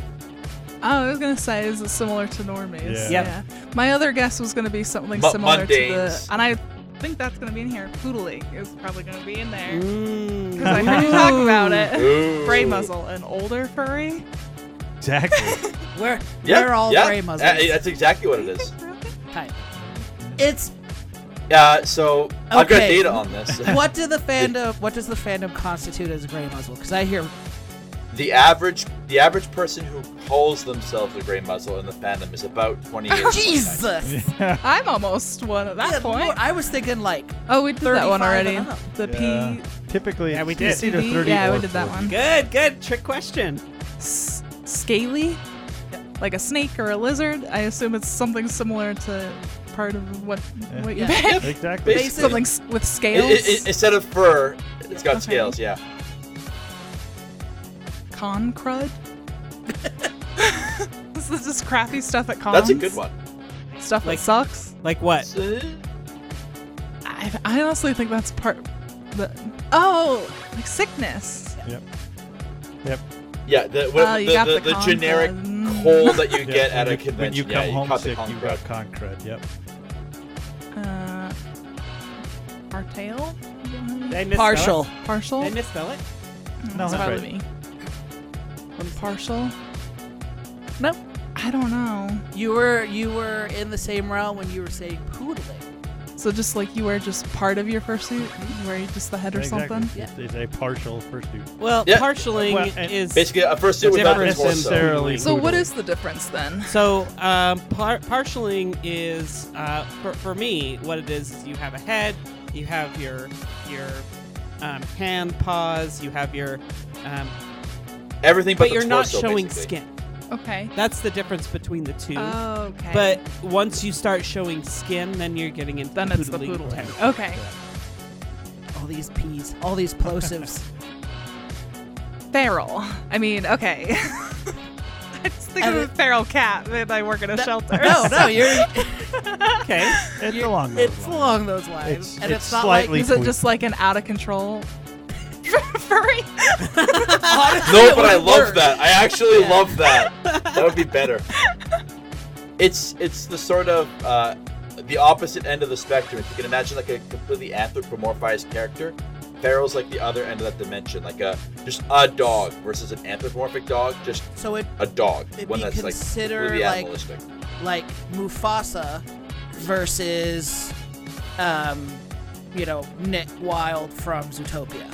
Oh, I was gonna say is it similar to normies?
Yeah.
Yeah. My other guess was gonna be something
Mu-
similar to the,
mundanes.
and I think that's gonna be in here. Poodling is probably gonna be in there
Mm.
because I heard you talk about it.
Ooh.
Gray muzzle, an older furry.
Exactly.
We're
Yeah,
we're all
yeah.
gray
Uh,
muzzles.
That's exactly what it is.
type. It's
Yeah, so I've got
Okay.
data on this.
what do the fandom? What does the fandom constitute as a gray muzzle? Because I hear
the average the average person who calls themselves a gray muzzle in the fandom is about 28.
Jesus.
I'm almost one at that
Yeah,
point.
Lord, I was thinking like
Oh, we did that one
35
already.
and up.
The
Yeah.
P.
Typically,
Yeah, we
it's- it's
did.
either
CD?
30
Yeah,
or
we did that
40.
one.
Good, good. Trick question.
S- scaly, like a snake or a lizard. I assume it's something similar to part of what
Yeah.
what you
Yeah.
picked.
Exactly.
Basically,
Something s- with
it-
scales.
it- it- instead of fur, it's got
Okay.
scales. Yeah.
Con crud. this is just crappy stuff at cons.
That's a good one. Uh,
Stuff
Like-
that sucks.
Like what?
I, I honestly think that's part. The oh, like sickness.
Yeah, the, what,
Oh, you
the,
got
the,
the
the
con
generic
crud. Mm.
cold that you
Yeah,
get
when
at a
you-
convention.
When you
yeah,
come home
caught the
sick,
con
you
crud.
got concrete. Yep.
Uh, our tail.
Did I misspell it?
partial.
Partial.
Did I misspell it?
No,
That's
that's
probably me. I'm partial. Nope. I don't know.
You were you were in the same realm when you were saying poodling.
So just like you wear just part of your fursuit, you wear just the head or
Exactly.
something.
It's, it's a partial fursuit.
Well,
Yeah.
partialing
Well, and-
is
Basically, a fursuit
It's
without
different
the
than
torso.
there-
Necessarily.
So what
poodle.
is the difference then?
So, um, par- partialing is uh, for, for me what it is is you have a head, you have your your um, hand paws, you have your, um,
Everything but,
but
the
you're not
torso,
showing
basically.
skin.
Okay.
That's the difference between the two.
Oh, Okay.
But once you start showing skin, then you're getting into
then it's the
poodling
poodle.
territory.
Okay.
All these peas, all these plosives.
Feral. I mean, okay. I just think of
And
a feral cat and I work in a shelter.
no, no, you're
Okay.
It's a long
it's
one.
along those lines,
It's-
and it's,
it's
not
slightly-
Is
like
it just like an out of control furry?
honestly,
No,
it
but I
would
love
work.
that. I actually love that. That would be better. It's it's the sort of uh, the opposite end of the spectrum. If you can imagine like a completely anthropomorphized character, Feral's like the other end of that dimension, like a just a dog versus an anthropomorphic dog, just
So it
a dog,
It'd
one
be
that's like
consider,
completely
like-
animalistic.
like Mufasa versus, um, you know, Nick Wilde from Zootopia.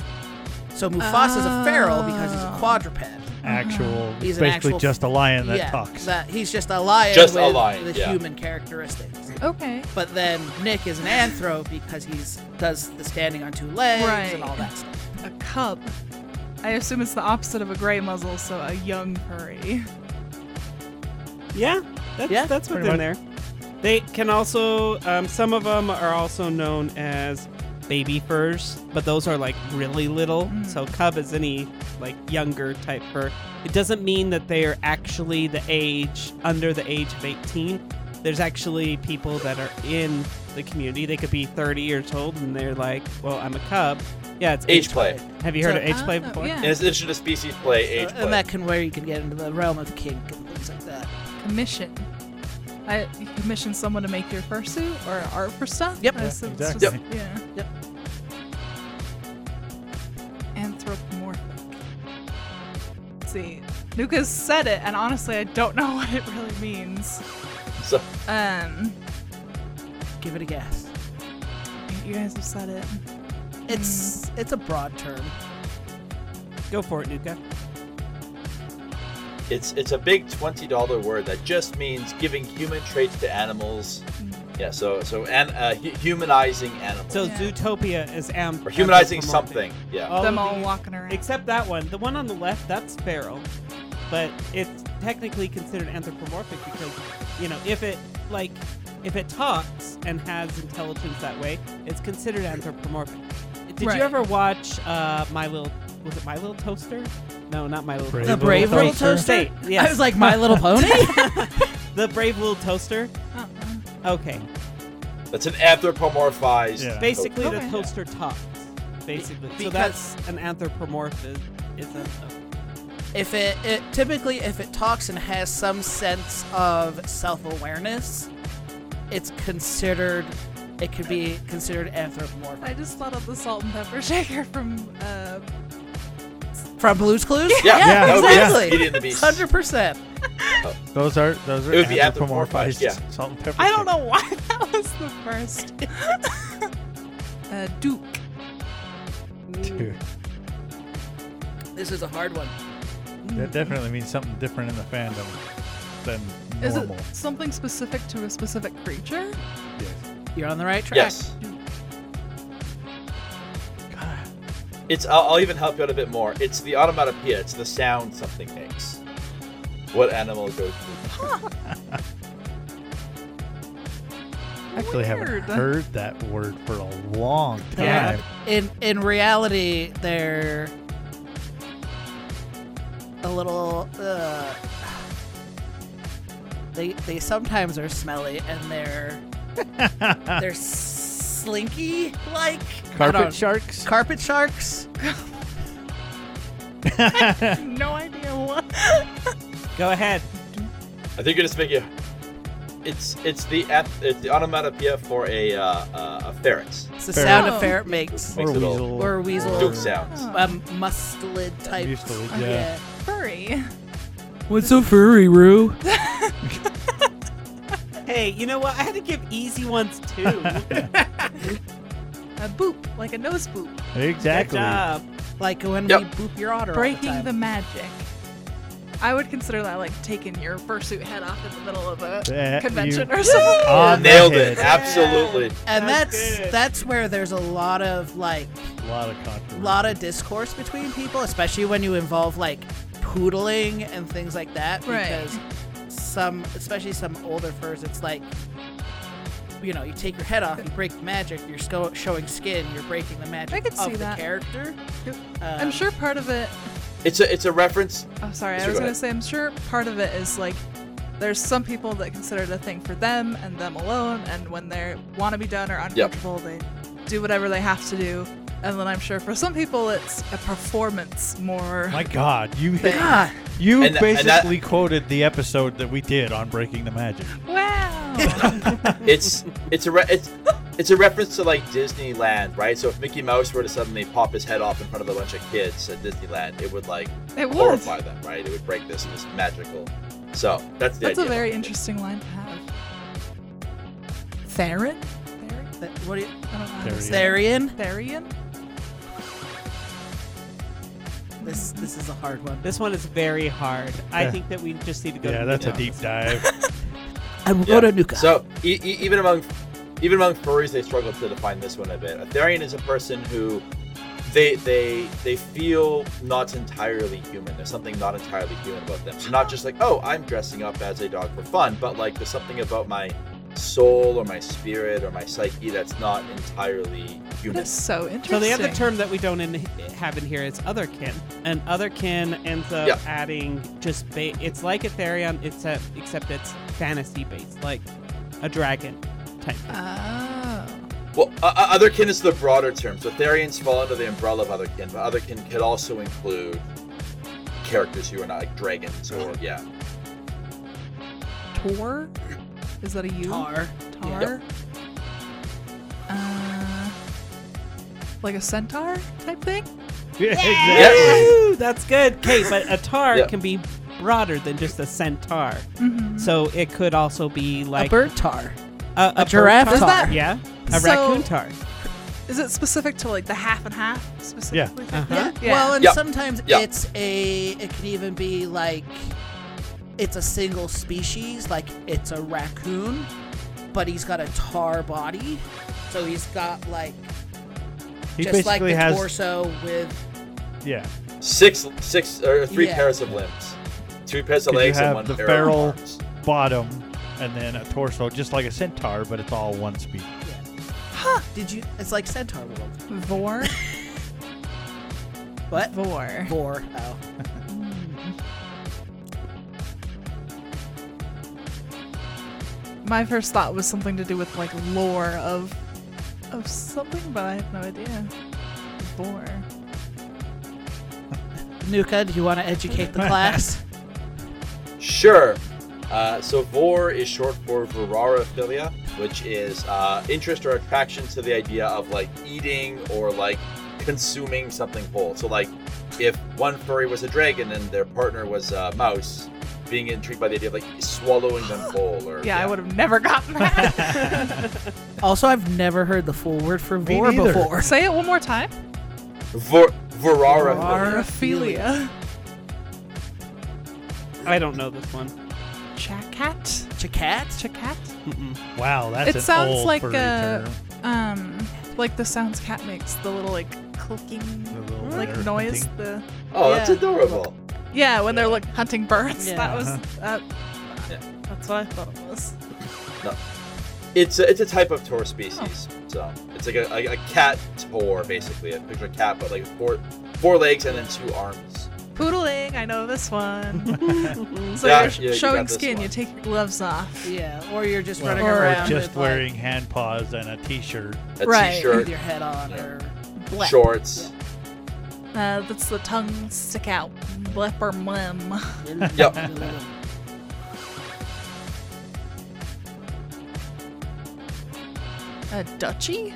So Mufasa's a feral because he's a
Oh.
quadruped.
Actual. It's
He's an
basically
actual-
just a lion that
yeah,
talks.
that he's just a lion
Just a
with
lion,
the
yeah.
human characteristics.
okay.
But then Nick is an anthro because he's does the standing on two legs and
Right.
all that stuff.
A cub. I assume it's the opposite of a gray muzzle, so a young furry.
Yeah, that's,
Yeah.
that's
Pretty
within there. They can also, um, some of them are also known as baby furs, but those are like really little.
Mm.
So cub is any like younger type fur. It doesn't mean that they are actually the age under the age of 18. There's actually people that are in the community. They could be 30 years old and they're like, well, I'm a cub. Yeah, it's
Age play.
Have you heard
So-
of age play
Oh,
before?
yeah.
In addition to species play, age
Uh, and
play.
that can where you can get into the realm of kink and things like that.
commission. I you commission someone to make your fursuit or art for stuff.
Yep.
I
Yeah,
assume it's
exactly.
just- yeah.
Yep.
Anthropomorphic. Let's see, Lucas said it, and honestly, I don't know what it really means.
So
Um,
Give it a guess.
you guys have said it.
mm. It's it's a broad term.
Go for it, Nuka.
It's it's a big twenty dollar word that just means giving human traits to animals.
Mm.
Yeah, so so and uh, hu- humanizing animals
So Zootopia is am
or humanizing
anthropomorphic.
something. Yeah,
All
Them
of
all
these-
walking around.
Except that one. The one on the left, that's feral. But it's technically considered anthropomorphic because, you know, if it, like, if it talks and has intelligence that way, it's considered anthropomorphic. Did
Right.
you ever watch uh, My Little, was it My Little Toaster? No, not My Little
Brave
Toaster.
The Brave Little Little
Toaster? Wait, yes.
I was like My Little Pony.
the Brave Little Toaster?
Uh-uh.
Okay.
Oh.
that's an anthropomorphized.
Yeah.
Basically, the
Okay.
toaster talks. Basically. so
Because-
that's an anthropomorphism. of
if it, it typically if it talks and has some sense of self-awareness, it's considered it could be considered anthropomorphic.
I just thought of the salt and pepper shaker from uh,
From Blue's Clues?
Yeah,
Yeah,
that would be
exactly.
Beauty and the Beast.
Hundred percent.
Those are those are
It would be
anthropomorphized
anthropomorphized, yeah.
salt and pepper.
I don't
chicken.
know why that was the first. uh, Duke.
Dude,
This is a hard one.
that definitely means something different in the fandom than
Is
normal.
it something specific to a specific creature?
Yes.
You're on the right track.
Yes. It's. I'll, I'll even help you out a bit more. It's the automatopoeia. It's the sound something makes. What animal goes through?
Actually, haven't
Weird.
heard that word for a long time.
Yeah. In in reality, they're a little. Uh, they they sometimes are smelly and they're they're slinky like
Carpet sharks.
carpet sharks.
No idea what.
Go ahead.
I think you're just making. It's it's the ath- it's the onomatopoeia for a uh, uh, a ferret.
It's the
Ferret.
sound a
Oh.
ferret makes
or
Makes it all-
weasel.
or a weasel,
Duke sounds.
Oh.
a mustelid type.
Mustelid, yeah.
Furry.
What's so furry, Roo?
Hey, you know what? I had to give easy ones too.
A boop, like a nose boop.
Good
exactly.
job.
Like when
Yep.
we boop your otter. all the
Breaking
time.
the magic. I would consider that like taking your fursuit head off in the middle of a
That you-
convention or something.
On the
Nailed it.
head.
Absolutely.
and
That's
that's
good.
that's where there's a lot of like
A lot of controversy.
lot of discourse between people, especially when you involve like poodling and things like that.
Right.
Because some, especially some older furs, it's like, you know, you take your head off, you break the magic, you're sco- showing skin, you're breaking the magic
I could
of
see
the
that.
character.
Yep.
Um,
I'm sure part of it
It's a it's a reference.
Oh, sorry.
Yes,
I was
go
going
ahead.
to say, I'm sure part of it is like there's some people that consider it a thing for them and them alone, and when they want to be done or uncomfortable, they do whatever they have to do. And then I'm sure for some people, it's a performance more.
My God, you hit,
God.
you
And- and that-
basically quoted the episode that we did on Breaking the Magic.
wow.
It's it's a re- it's it's a reference to like Disneyland, right? So if Mickey Mouse were to suddenly pop his head off in front of a bunch of kids at Disneyland, it would like
it was.
horrify them, right? It would break this this magical. So that's the
That's a
idea.
very interesting line to have.
Theron?
Therian?
Th- What do you,
I don't know.
There
Is
you
that
Therian?
Therian?
This this is a hard one.
This one is very hard. I
Yeah.
think that we just need to go.
Yeah,
to
that's a
Nuka.
deep dive.
I will
Yeah.
go to Nuka.
So e- e- even among even among furries, they struggle to define this one a bit. A Therian is a person who they they they feel not entirely human. There's something not entirely human about them. So not just like oh, I'm dressing up as a dog for fun, but like there's something about my soul or my spirit or my psyche that's not entirely human.
That's so interesting.
So the other term that we don't in, have in here is otherkin, and otherkin ends up
Yeah.
adding just ba- it's like Ethereum, it's a, except it's fantasy based, like a dragon type.
Oh.
Well, uh, otherkin is the broader term. So Therians fall under the umbrella of otherkin, but otherkin could also include characters who are not like dragons or yeah.
Tor? Is that a U?
Tar.
Tar? Uh, like a centaur type thing?
Yeah,
Yes.
Woo, that's good. Okay, but a tar
Yeah.
can be broader than just a centaur,
Mm-hmm.
so it could also be like
a bird tar.
a,
a giraffe
bird
tar.
yeah, a
So-
raccoon tar.
Is it specific to like the half and half specifically?
Yeah.
Yeah.
Well, and
Yeah.
sometimes
Yeah.
it's a. It can even be like, it's a single species. Like it's a raccoon, but he's got a tar body, so he's got like
He
just like
basically
the
has-
torso with.
Yeah.
Six, six, or three
Yeah.
pairs of limbs, two pairs of
'Cause you
legs, and
have
one
the
pair
feral
of arms.
bottom and then a torso, just like a centaur, but it's all one speed.
Huh? Did you? It's like Centaur World.
Vor.
What?
Vor.
Vor. Oh.
My first thought was something to do with like lore of of something, but I have no idea. Vor.
Nuka, do you want to educate the class?
Sure. Uh, so vor is short for virarophilia, which is uh, interest or attraction to the idea of like eating or like consuming something whole. So like if one furry was a dragon and their partner was a mouse, being intrigued by the idea of like swallowing them whole. Or
Yeah, I would have never gotten that.
also, I've never heard the full word for
Me
vor
neither.
before.
Say it one more time.
Vor- virarophilia.
Paraphilia.
I don't know this one.
Chacat.
Chacat.
Chacat.
Mm-mm.
Wow, that's
It
an
sounds
old
like
furry
a-
term.
Um, like the sounds cat makes, the little like clicking,
The little
like
bird
noise.
hunting.
The
Oh, that's
Yeah.
adorable.
yeah, when they're like hunting birds.
Yeah.
That was that.
Yeah.
That's what I thought it was.
It's a, it's a type of tor species. So it's like a, a, a cat tor, basically. A picture of a cat, but like four four legs and then two arms.
Poodling, I know this one. so
Yeah,
you're
yeah, you
showing
got this
skin, you
one.
take your gloves off.
Yeah, or you're just
Well,
running
or
around
just
with, like,
wearing hand paws and a t-shirt.
A
Right.
with
shirt
your head on or
Blep.
shorts.
Uh, that's the tongue stick out. Blep or mum.
Yep.
A duchy?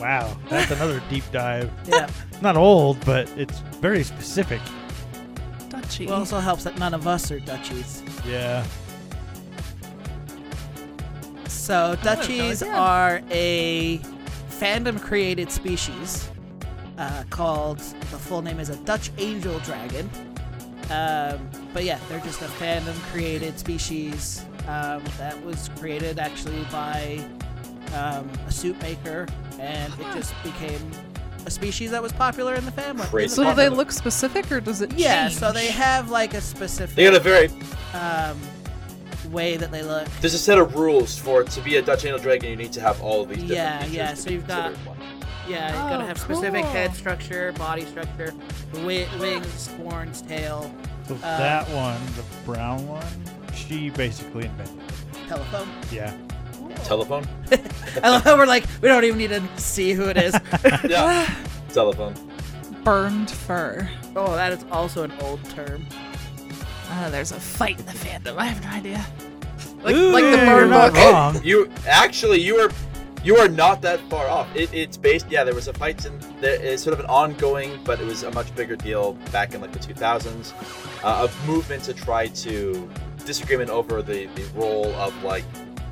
Wow, that's another deep dive.
yeah.
Not old, but it's very specific.
Duchy.
It also helps that none of us are duchies.
Yeah.
So duchies
idea.
are a fandom created species uh, called the full name is a Dutch angel dragon. Um, but yeah, they're just a fandom created species um, that was created actually by um, a suit maker, and it just became a species that was popular in the family.
Crazy.
so do they look specific or does it
Yeah,
change?
so they have like a specific
They got a very.
um, way that they look.
There's a set of rules for to be a Dutch angel dragon. You need to have all of these. different
Yeah,
features
yeah,
to
so
be
you've got-
considered one.
Yeah, you gotta
Oh,
have specific
cool.
head structure, body structure, wi- wings, horns, tail,
So that one, the brown one, she basically invented.
telephone.
it. Yeah.
telephone.
I love how we're like, we don't even need to see who it is.
Yeah, telephone.
burned fur?
oh, that is also an old term.
Uh, there's a fight in the fandom. I have no idea.
Like,
like the bird
not
book.
wrong.
You actually, you are, you are not that far off. It, it's based. Yeah, there was a fight in. There is sort of an ongoing, but it was a much bigger deal back in like the 2000s, uh, of movement to try to disagreement over the the role of like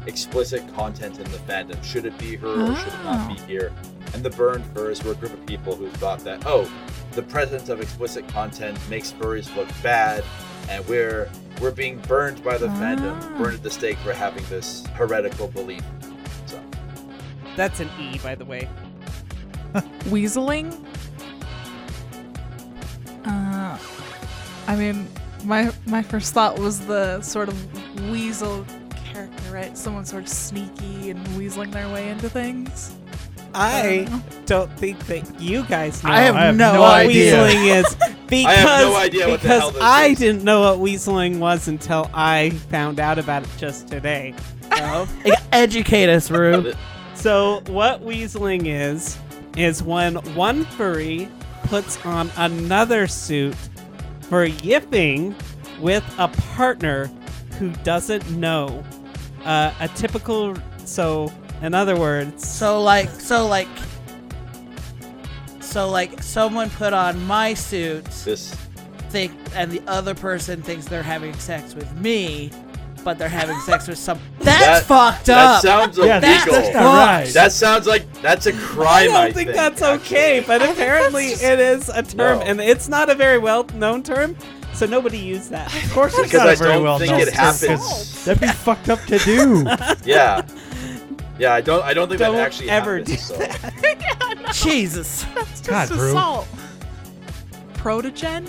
explicit content in the fandom. Should it be her or should it not be here? And the burned furs were a group of people who thought that oh, the presence of explicit content makes furries look bad, and we're we're being burned by the
Ah.
fandom, burned at the stake for having this heretical belief. So
That's an E, by the way.
Weaseling? Uh, I mean, my my first thought was the sort of weasel character, right? Someone sort of sneaky and weaseling their way into things.
I don't think that you guys know.
I have no
what
idea.
weaseling is because
I have no idea what the
because
hell this
I
is.
didn't know what weaseling was until I found out about it just today.
Oh. Educate us,
uh,
Rube.
So what weaseling is is when one furry puts on another suit for yipping with a partner who doesn't know. Uh, a typical so in other words
So like, so like, so like, someone put on my suit,
this
think, and the other person thinks they're having sex with me, but they're having sex with some. That's
That-
fucked
That
up.
sounds illegal.
Yeah, that's- that's not right.
That sounds like that's a
I
crime.
don't think, that's
actually.
okay, but apparently it is a term,
No.
and it's not a very well known term, so nobody used that.
Of course, it's
Because
not
I
a very
don't
well
think
known
it
term,
happens.
'cause That'd be fucked up to do.
Yeah. Yeah, I don't. I don't think
Don't
that actually
ever
happens,
do
so.
Jesus.
That's just
God, Rue.
assault. Protogen?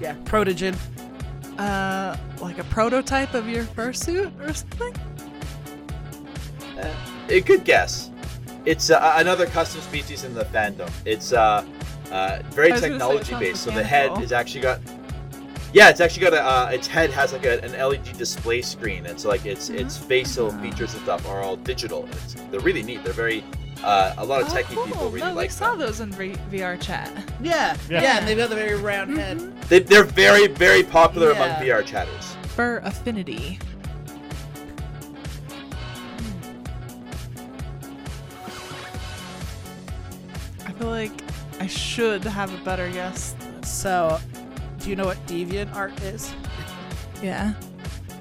Yeah, protogen.
Uh, like a prototype of your fursuit or something?
A good guess. It's uh, another custom species in the fandom. It's uh, uh, very
I was gonna say it
technology
sounds
based. So the
mechanical.
head is actually got. Yeah, it's actually got a. Uh, its head has like a, an LED display screen, and so like its
Mm-hmm.
its facial features and stuff are all digital. And it's, they're really neat. They're very. Uh, a lot
Oh,
of techie people really
no, we
like
saw
them.
those in re- VR chat.
Yeah, yeah,
Yeah.
and they've got the very round head.
They, they're very very popular
Yeah.
among VR chatters.
Fur affinity. I feel like I should have a better guess.
So, do you know what deviant art is?
Yeah.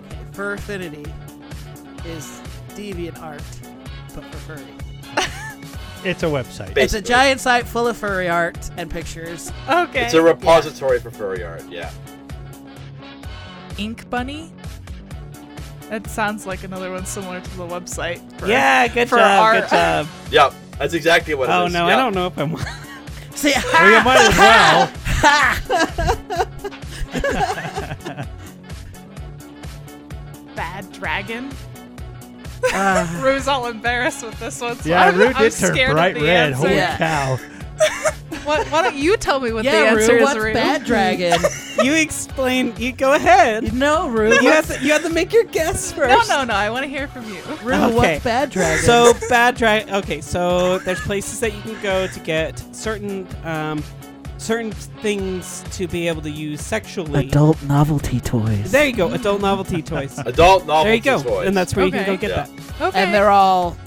Okay, Fur affinity is deviant art, but for furry.
It's a website.
Ba-
It's a
Basically.
giant site full of furry art and pictures.
Okay.
It's a repository for furry art. Yeah.
ink bunny. That sounds like another one similar to the website. for-
yeah, good
for
job,
our-
good job.
Yep. That's exactly what. it
Oh
is,
no, I
yeah.
don't know if I'm.
See,
Well, you might as well.
Bad dragon.
Ah.
Rue's all embarrassed with this one. So
Yeah,
I'm,
Rue
I'm
did turn
scared of
bright
the
red.
Answer.
Holy
Yeah.
cow!
Why- why don't you tell me what the
yeah,
answer
Rue,
is,
what's
Rue?
bad dragon?
you explain. You go ahead.
no, Rue.
You have, to, you have to make your guess
No,
first.
no, no. I want to hear from you.
Rue,
Okay.
what's bad dragon?
So bad dry. Okay, so there's places that you can go to get certain um, certain things to be able to use sexually.
adult novelty toys.
There you go, adult novelty toys.
Adult novelty
there you go,
toys.
and that's where you can
Okay.
go get
Yeah.
that
Okay.
and they're all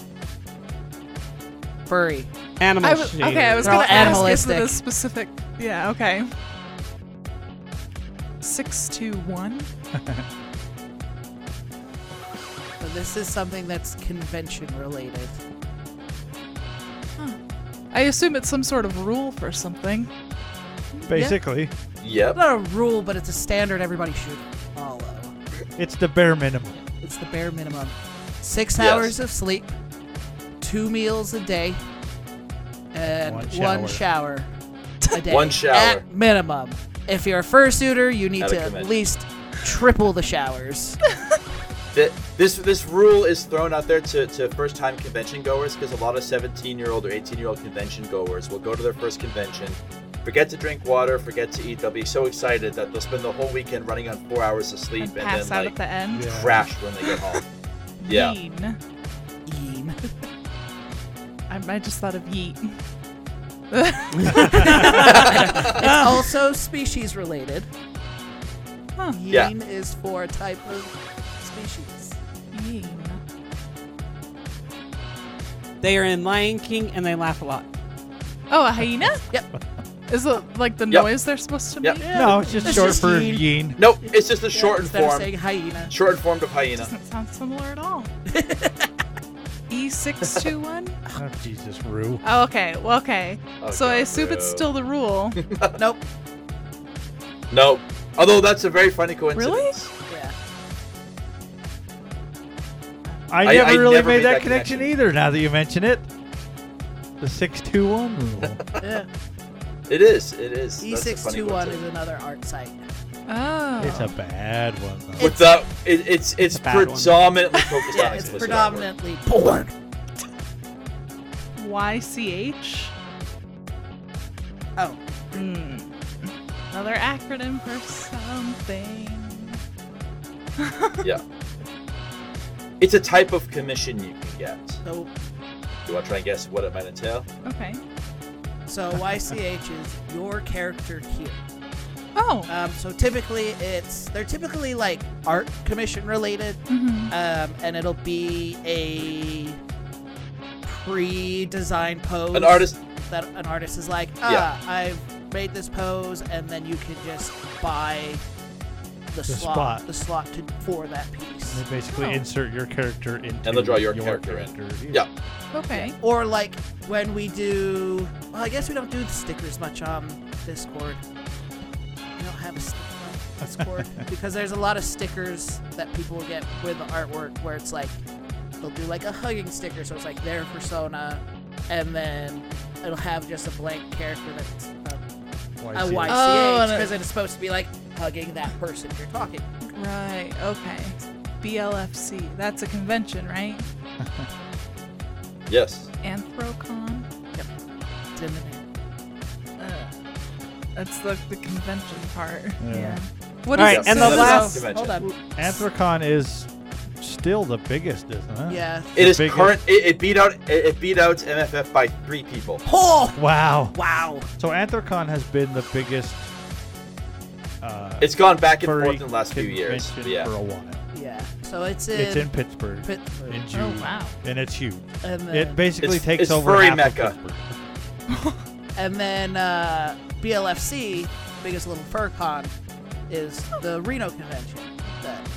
furry.
animal.
I was, okay, I was
They're all
going to ask is
animalistic.
it a specific. Yeah. Okay. Six two one.
So this is something that's convention related.
I assume it's some sort of rule for something.
Basically,
Yep.
Not a rule, but it's a standard everybody should follow.
it's the bare minimum.
It's the bare minimum. Six
Yes.
hours of sleep, two meals a day, and
One
one shower, a day.
One shower.
At minimum. If you're a fursuiter, you need
At a
to at
convention.
least triple the showers.
Th- this this rule is thrown out there to, to first time convention goers because a lot of 17 year old or 18 year old convention goers will go to their first convention, forget to drink water, forget to eat. They'll be so excited that they'll spend the whole weekend running on four hours of sleep
And
and,
pass out
then
at
like
the end.
Yeah.
crash when they get home. yeah,
Mean.
Yeem.
I, I just thought of yeet.
It's
Ah.
also species related.
Huh.
Yeem
Yeah.
is for a type of species.
Yeet.
They are in Lion King, and they laugh a lot.
Oh, a hyena?
Yep.
Is it like the
Yep.
noise they're supposed to
Yep.
make?
No, it's just
It's
short
just
for
yeet.
yeen.
no, it's just a shortened
Instead of
form,
saying hyena.
shortened form of hyena.
Doesn't sound similar at all. E E621?
Oh, Jesus, Rue.
Oh, okay. Well, okay.
Oh,
so I
God,
assume it's
Rue.
still the rule.
Nope.
no. Although that's a very funny coincidence.
Yeah.
I
I-
never
I
really
never
made,
made
that,
that
connection,
connection.
either. Now that you mention it, the six-two-one rule.
yeah.
It is. It is.
E
That's
E
a funny
E621 is
coincidence.
another art site.
Oh.
It's a bad one. Though.
With the, it, it's it's
a bad one.
predominantly focused
Yeah,
on
it's
explicit artwork.
predominantly porn.
YCH?
Oh.
Hmm. Another acronym for something.
yeah. It's a type of commission you can get.
So,
You want to try and guess what it might entail?
Okay.
so YCH is your character here.
Oh.
Um, so typically it's they're typically like art commission related.
Mhm.
um, and it'll be a pre-designed pose.
An artist.
that an artist is like, ah,
Yeah.
I've made this pose, and then you can just buy the,
The
slot,
spot.
the slot to, for that piece.
They basically
Oh.
insert your character into
And they'll draw your, character,
character.
in. Yeah.
Okay.
Or like when we do. Well, I guess we don't do the stickers much on Discord. We don't have a sticker on Discord because there's a lot of stickers that people get with the artwork where it's like they'll do like a hugging sticker, so it's like their persona, and then it'll have just a blank character that's um, a YCH
Oh, and it-
because it's supposed to be like hugging that person you're talking.
Right. Okay. BLFC. That's a convention, right?
Yes.
Anthrocon.
Yep. It's in the name.
Uh, that's the, the convention part.
Yeah.
Yeah.
All right, and the
so-
last-
Hold on.
Anthrocon is still the biggest, isn't it?
Yeah.
It
The
is
biggest-
current. It, it beat out. It, it beat out MFF by three people.
Oh!
Wow.
Wow.
So Anthrocon has been the biggest. Uh,
It's gone back and
furry
forth in the last few years.
convention
but yeah.
for a while.
Yeah. So it's in.
It's in Pittsburgh,
Pittsburgh.
in June,
Oh wow.
and it's huge.
And then,
It basically
It's-
takes
it's
over
furry
half of
mecca.
Pittsburgh.
and then uh, BLFC, biggest little fur con, is the Reno convention that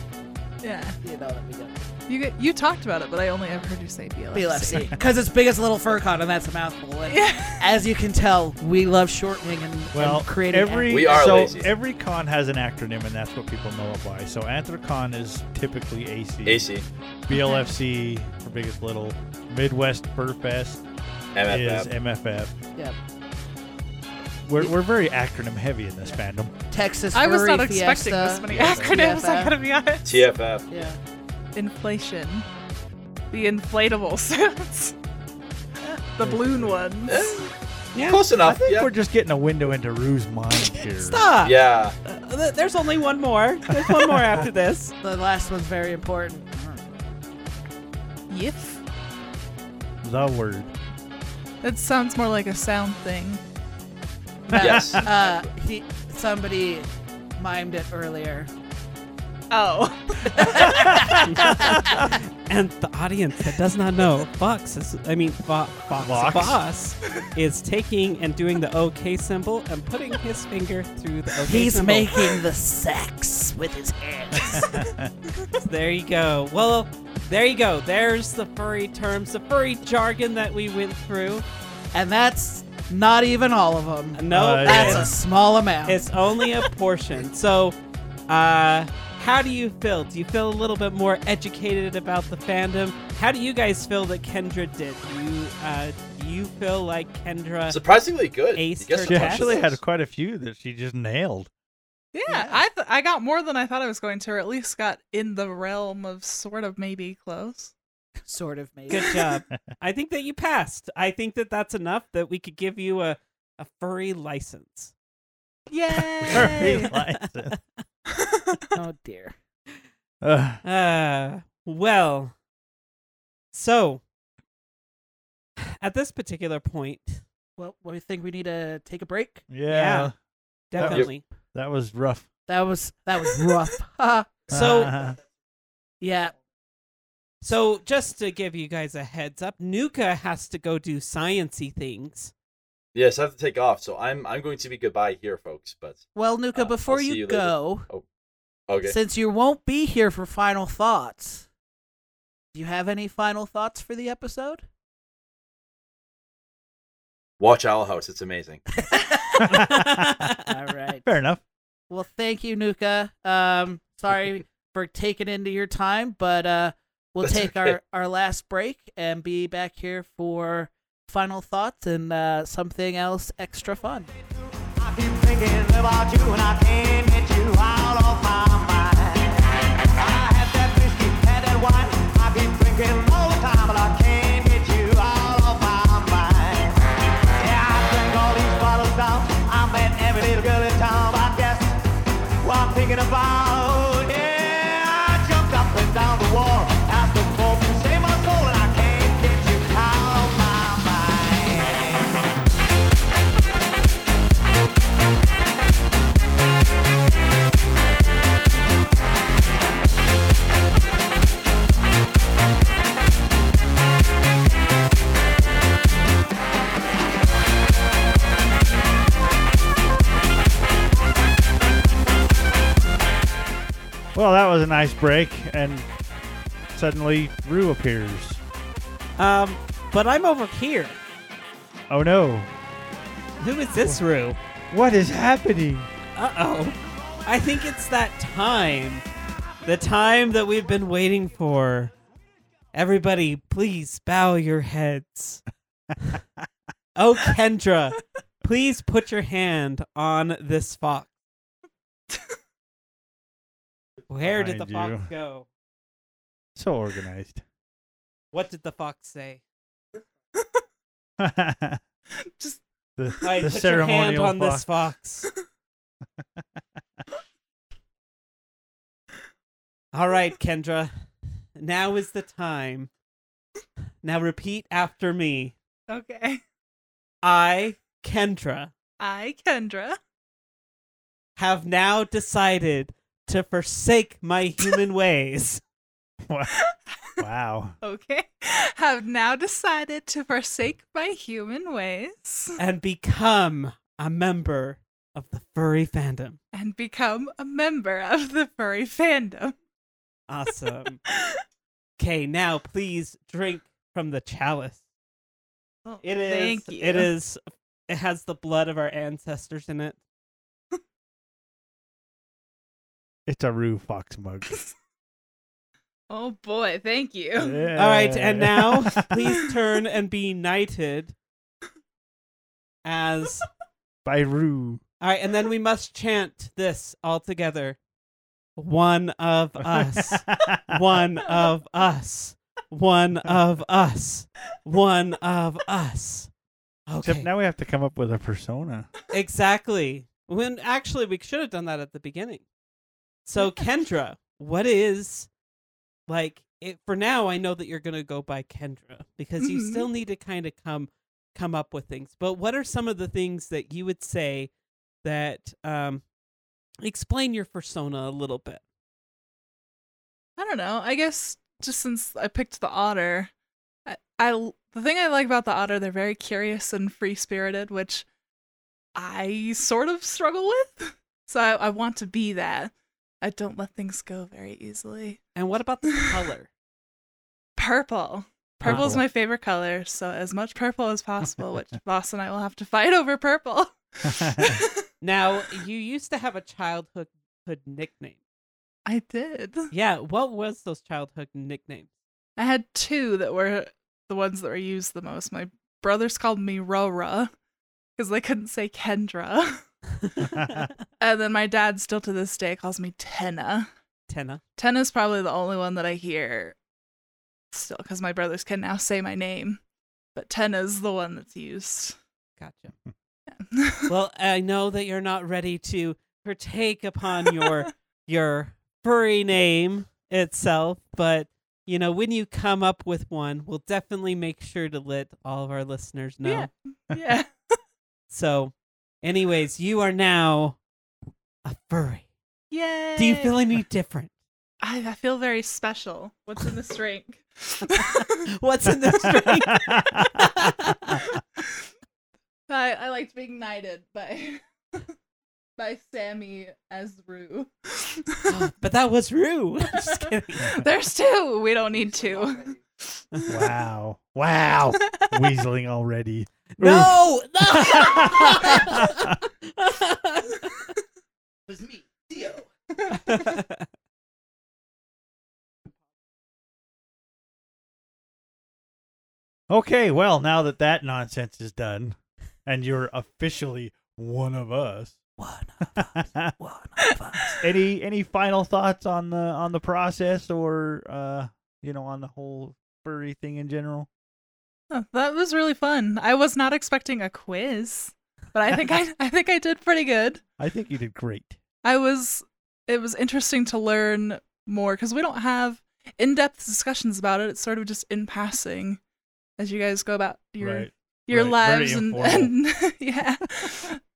Yeah.
you know that we go to.
You get, you talked about it, but I only ever heard you say BLFC.
BLFC because it's biggest little fur con and that's a mouthful. And
Yeah.
As you can tell, we love shortening and,
Well,
and creating.
every
We are
so
lazy.
every con has an acronym, and that's what people know it by. So Anthrocon is typically AC,
AC,
BLFC for biggest little, Midwest Furfest
MFF.
is MFF.
yeah,
We're, we're very acronym heavy in this fandom.
Texas.
I was
Furry
not expecting
Fiesta,
this many
Yeah.
acronyms. I
TFF.
gotta be honest.
TFF.
Yeah.
Inflation. The inflatable suits. the balloon ones.
Close
I
enough.
think
Uh, yeah.
we're just getting a window into Rue's mind here.
Stop.
yeah.
Uh, th- there's only one more. There's one more after this.
The last one's very important.
Yif.
The word.
That sounds more like a sound thing.
Yes.
Uh, he, somebody mimed it earlier.
Oh.
And the audience that does not know, Fox is, I mean, Fo- Fox,
Vox?
Boss is taking and doing the OK symbol and putting his finger through the OK
He's
symbol.
making the sex with his hands.
There you go. Well, there you go. There's the furry terms, the furry jargon that we went through.
and that's not even all of them.
No,
Uh,
That's
it's-
a small amount.
It's only a portion. So, uh, how do you feel? Do you feel a little bit more educated about the fandom? How do you guys feel that Kendra did? Do you, uh, do you feel like Kendra?
Surprisingly good.
Ace
You guessed
her
She
a bunch of
test.
actually had
those.
quite a few that she just nailed.
Yeah, I th- I got more than I thought I was going to, or at least got in the realm of sort of maybe close.
sort of maybe.
Good job. I think that you passed. I think that that's enough that we could give you a, a furry license.
Furry
Yay!
license.
Oh dear.
Ugh.
Uh, well, so at this particular point,
Well, we think we need to take a break.
yeah,
Yeah.
That was-
definitely.
that was rough.
That was that was rough. Haha.
Uh-huh.
So,
yeah.
so just to give you guys a heads up, Nuka has to go do sciency things.
Yes, I have to take off, so I'm I'm going to be goodbye here, folks. But
Well, Nuka,
Uh, I'll
before
see
you,
you later.
go,
okay.
since you won't be here for final thoughts, do you have any final thoughts for the episode?
Watch Owl House. It's amazing.
All right.
fair enough.
Well, thank you, Nuka. Um, sorry for taking into your time, but uh, we'll
That's
take
okay.
our, our last break and be back here for final thoughts and uh, something else extra fun.
I keep thinking about you and I can't get you out of my mind. I had that whiskey, had that wine. I keep drinking all the time, but I can't get you out of my mind. Yeah, I drank all these bottles down. I met every little girl in town, but that's what I'm thinking about. Yeah, I jumped up and down the wall, asked the Pope to save my soul, and I can't get you out of my mind.
Well, that was a nice break, and suddenly Rue appears.
Um, but I'm over here.
Oh no!
Who is this Rue?
What is happening?
Uh oh. I think it's that time. The time that we've been waiting for. Everybody, please bow your heads. oh, Kendra, please put your hand on this fox. Where did the
Behind
fox
you.
go?
So organized.
What did the fox say?
Just
All
the,
right,
the
put your hand
ceremonial
on
fox.
this fox. All right, Kendra. Now is the time. Now repeat after me.
Okay.
I, Kendra,
I, Kendra,
have now decided to forsake my human ways.
wow.
okay, have now decided to forsake my human ways
And become a member of the furry fandom.
and become a member of the furry fandom.
Awesome. Okay, now please drink from the chalice.
Oh,
It is.
Thank you.
It is. It has the blood of our ancestors in it.
It's a Rue fox mug.
Oh boy, thank you.
Yeah.
All right, and now please turn and be knighted as.
By Rue.
All right, and then we must chant this all together. One of us. One of us. One of us. One of us.
Except now we have to come up with a persona.
Exactly. When actually we should have done that at the beginning. So Kendra, what is like it, for now I know that you're going to go by Kendra because you
Mhm.
still need to kind of come come up with things. But what are some of the things that you would say that um explain your persona a little bit?
I don't know. I guess just since I picked the otter, I, I l- the thing I like about the otter, they're very curious and free spirited, which I sort of struggle with. So I, I want to be that. I don't let things go very easily.
And what about the color?
Purple. Purple is
Purple.
my favorite color, so as much purple as possible, which Boss and I will have to fight over purple.
now, you used to have a childhood hood nickname.
I did.
Yeah, what was those childhood nicknames?
I had two that were the ones that were used the most. My brothers called me Rora because they couldn't say Kendra. and then my dad still to this day calls me Tenna.
Tenna.
Tenna's probably the only one that I hear still because my brothers can now say my name. But Tenna's the one that's used.
Gotcha. well, I know that you're not ready to partake upon your your furry name itself, but you know, when you come up with one, we'll definitely make sure to let all of our listeners know.
Yeah.
So, anyways, you are now a furry.
Yay.
Do you feel any different?
I, I feel very special. What's in this drink?
What's in this drink?
I, I liked being knighted by by Sammy as Rue.
But that was Rue. Just kidding.
There's two. We don't need two.
Wow. Wow. Weaseling already.
No!
was me, Theo.
Okay, well, now that that nonsense is done, and you're officially one of us.
One
of us. One of us. any any final thoughts on the on the process, or uh, you know, on the whole furry thing in general?
Oh, that was really fun. I was not expecting a quiz, but I think I I think I did pretty good.
I think you did great.
I was it was interesting to learn more because we don't have in-depth discussions about it. It's sort of just in passing as you guys go about your
Right.
your
Right. Very
lives and, and yeah.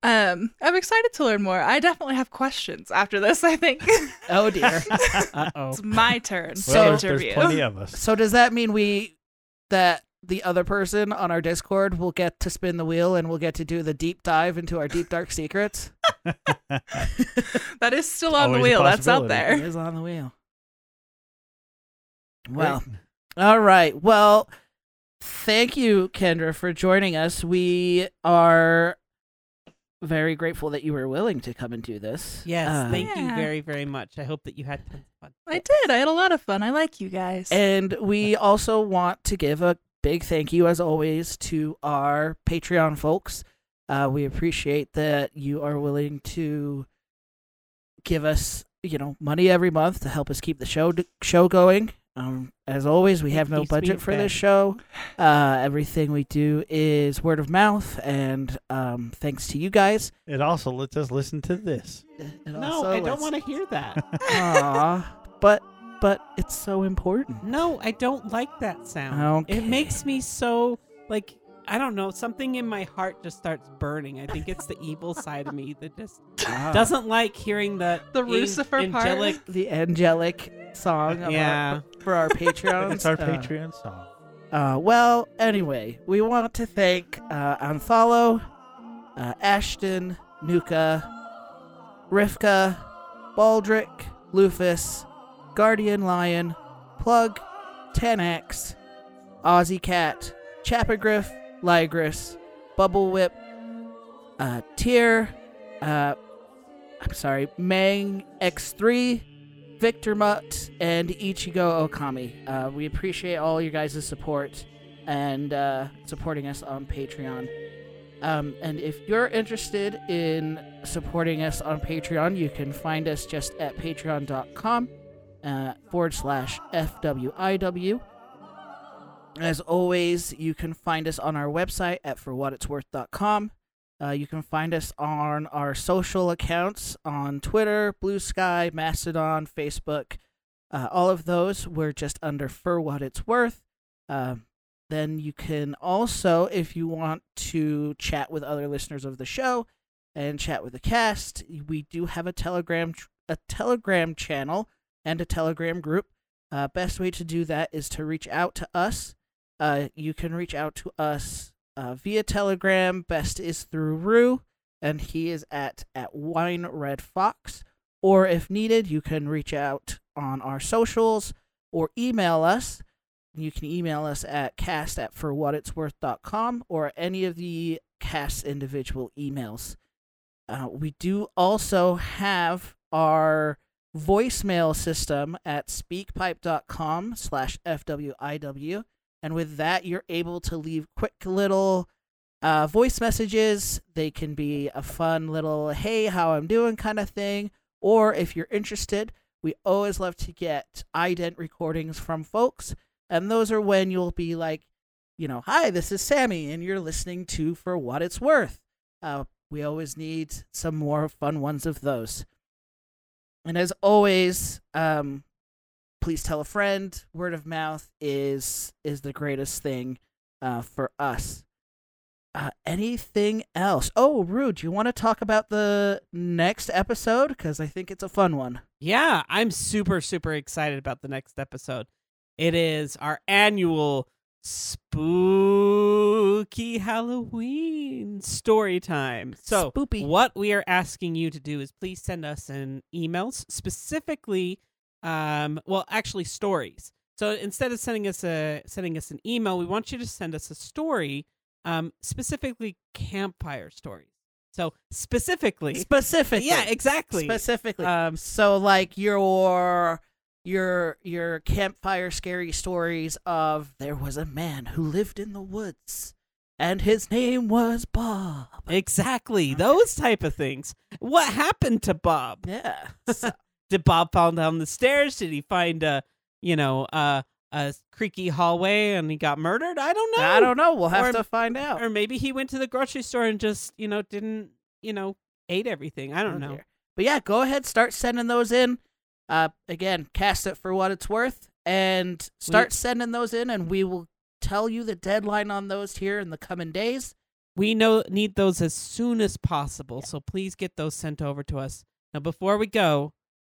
um, I'm excited to learn more. I definitely have questions after this. I think
Oh dear.
Uh oh.
it's my turn. to
So- there's-
interview.
of us.
So does that mean we that the other person on our Discord will get to spin the wheel and we'll get to do the deep dive into our deep dark secrets?
that is still on the wheel. That's out there.
It is on the wheel. Well, all right. Well, thank you, Kendra, for joining us. We are very grateful that you were willing to come and do this.
Yes,
Um,
thank you
Yeah.
very, very much. I hope that you had tons of fun.
I did. I had a lot of fun. I like you guys.
And we also want to give a big thank you, as always, to our Patreon folks. Uh, we appreciate that you are willing to give us, you know, money every month to help us keep the show show going. Um, as always, we have no
Keeps me
budget for
fed.
this show. Uh, everything we do is word of mouth, and um, thanks to you guys.
It also lets us listen to this.
No, I don't want to hear that.
Aw, but but it's so important.
no, I don't like that sound. It makes me so like I don't know. Something in my heart just starts burning. I think it's the evil side of me that just
Ah.
doesn't like hearing the
The
an-
Lucifer part?
angelic
the angelic song of
Yeah.
our, for our Patreons.
It's our
Uh,
Patreon song.
Uh, well, anyway, we want to thank uh, Anthalo, uh, Ashton, Nuka, Rivka, Baldric, Lufus, Guardian Lion, Plug, 10X, Aussie Cat, Chapagriff, Ligris, Bubble Whip, uh, Tear, uh, I'm sorry, Mang X3, Victor Mutt, and Ichigo Okami. Uh, we appreciate all your guys' support and uh, supporting us on Patreon. Um, and if you're interested in supporting us on Patreon, you can find us just at patreon.com uh, forward slash FWIW. As always, you can find us on our website at forwhatitsworth.com. Uh, you can find us on our social accounts on Twitter, Blue Sky, Mastodon, Facebook. Uh, all of those we're just under for what it's worth. Um, then you can also, if you want to chat with other listeners of the show and chat with the cast, we do have a Telegram a Telegram channel and a Telegram group. Uh, best way to do that is to reach out to us. Uh, you can reach out to us uh, via Telegram. Best is through Rue, and he is at at Wine Red Fox. Or if needed, you can reach out on our socials or email us. You can email us at cast at forwhatitsworth.com or any of the cast individual emails. Uh, we do also have our voicemail system at speakpipe.com slash FWIW. And with that, you're able to leave quick little uh, voice messages. They can be a fun little, hey, how I'm doing kind of thing. Or if you're interested, we always love to get ident recordings from folks. And those are when you'll be like, you know, hi, this is Sammy, and you're listening to For What It's Worth. Uh, we always need some more fun ones of those. And as always, um, please tell a friend. Word of mouth is is the greatest thing uh, for us. Uh, anything else? Oh, Rue, do you want to talk about the next episode? Because I think it's a fun one.
Yeah, I'm super, super excited about the next episode. It is our annual spooky Halloween story time. So,
Spoopy.
what we are asking you to do is please send us an emails, specifically, um, well, actually, stories. So instead of sending us a sending us an email, we want you to send us a story, um, specifically campfire stories. So specifically,
Specifically.
yeah, exactly.
Specifically.
Um,
so like your your your campfire scary stories of there was a man who lived in the woods and his name was Bob.
Exactly. Those type of things. What happened to Bob?
Yeah.
Did Bob fall down the stairs? Did he find a, you know, a, a creaky hallway and he got murdered? I don't know.
I don't know. We'll have
Or-
to find out.
Or maybe he went to the grocery store and just, you know, didn't, you know, ate everything. I don't
Oh,
know.
dear. But yeah, go ahead, start sending those in. Uh, again, cast it for what it's worth, and start sending those in, and we will tell you the deadline on those here in the coming days.
We know need those as soon as possible. So please get those sent over to us. Now before we go,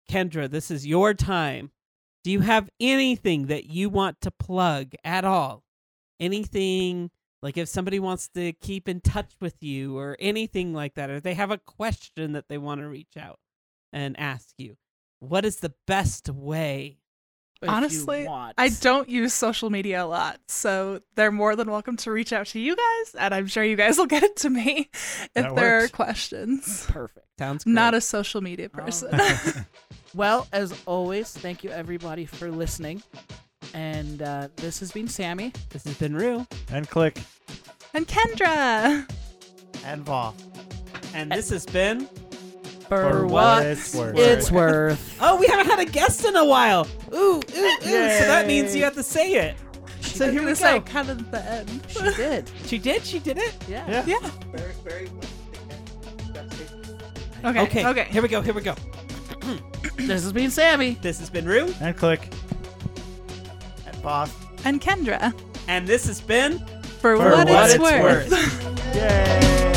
Kendra, this is your time. Do you have anything that you want to plug at all? Anything Like if somebody wants to keep in touch with you or anything like that, or they have a question that they want to reach out and ask you, what is the best way? if you
Honestly,
want?
I don't use social media a lot, so they're more than welcome to reach out to you guys, and I'm sure you guys will get it to me if
That
there
works.
are questions.
Perfect. Oh. Sounds
I'm Not a social media person.
Well, as always, thank you everybody for listening. And uh, this has been Sammy.
This has been Rue.
And click.
and Kendra.
And Vol.
And this has been
For,
What
It's Worth.
It's
Worth.
Oh, we haven't had a guest in a while. Ooh, ooh, ooh. So that means
Yay.
you have to say it. so
I
here we
was
go.
like, kind of the end.
She did.
She did. She did it.
Yeah.
Yeah.
Very, very.
Okay.
Okay. Okay. Here we go. Here we go.
this has been Sammy.
This has been Rue.
And click.
And Boss.
And Kendra.
And this has been
For, what, it's worth.
Yay.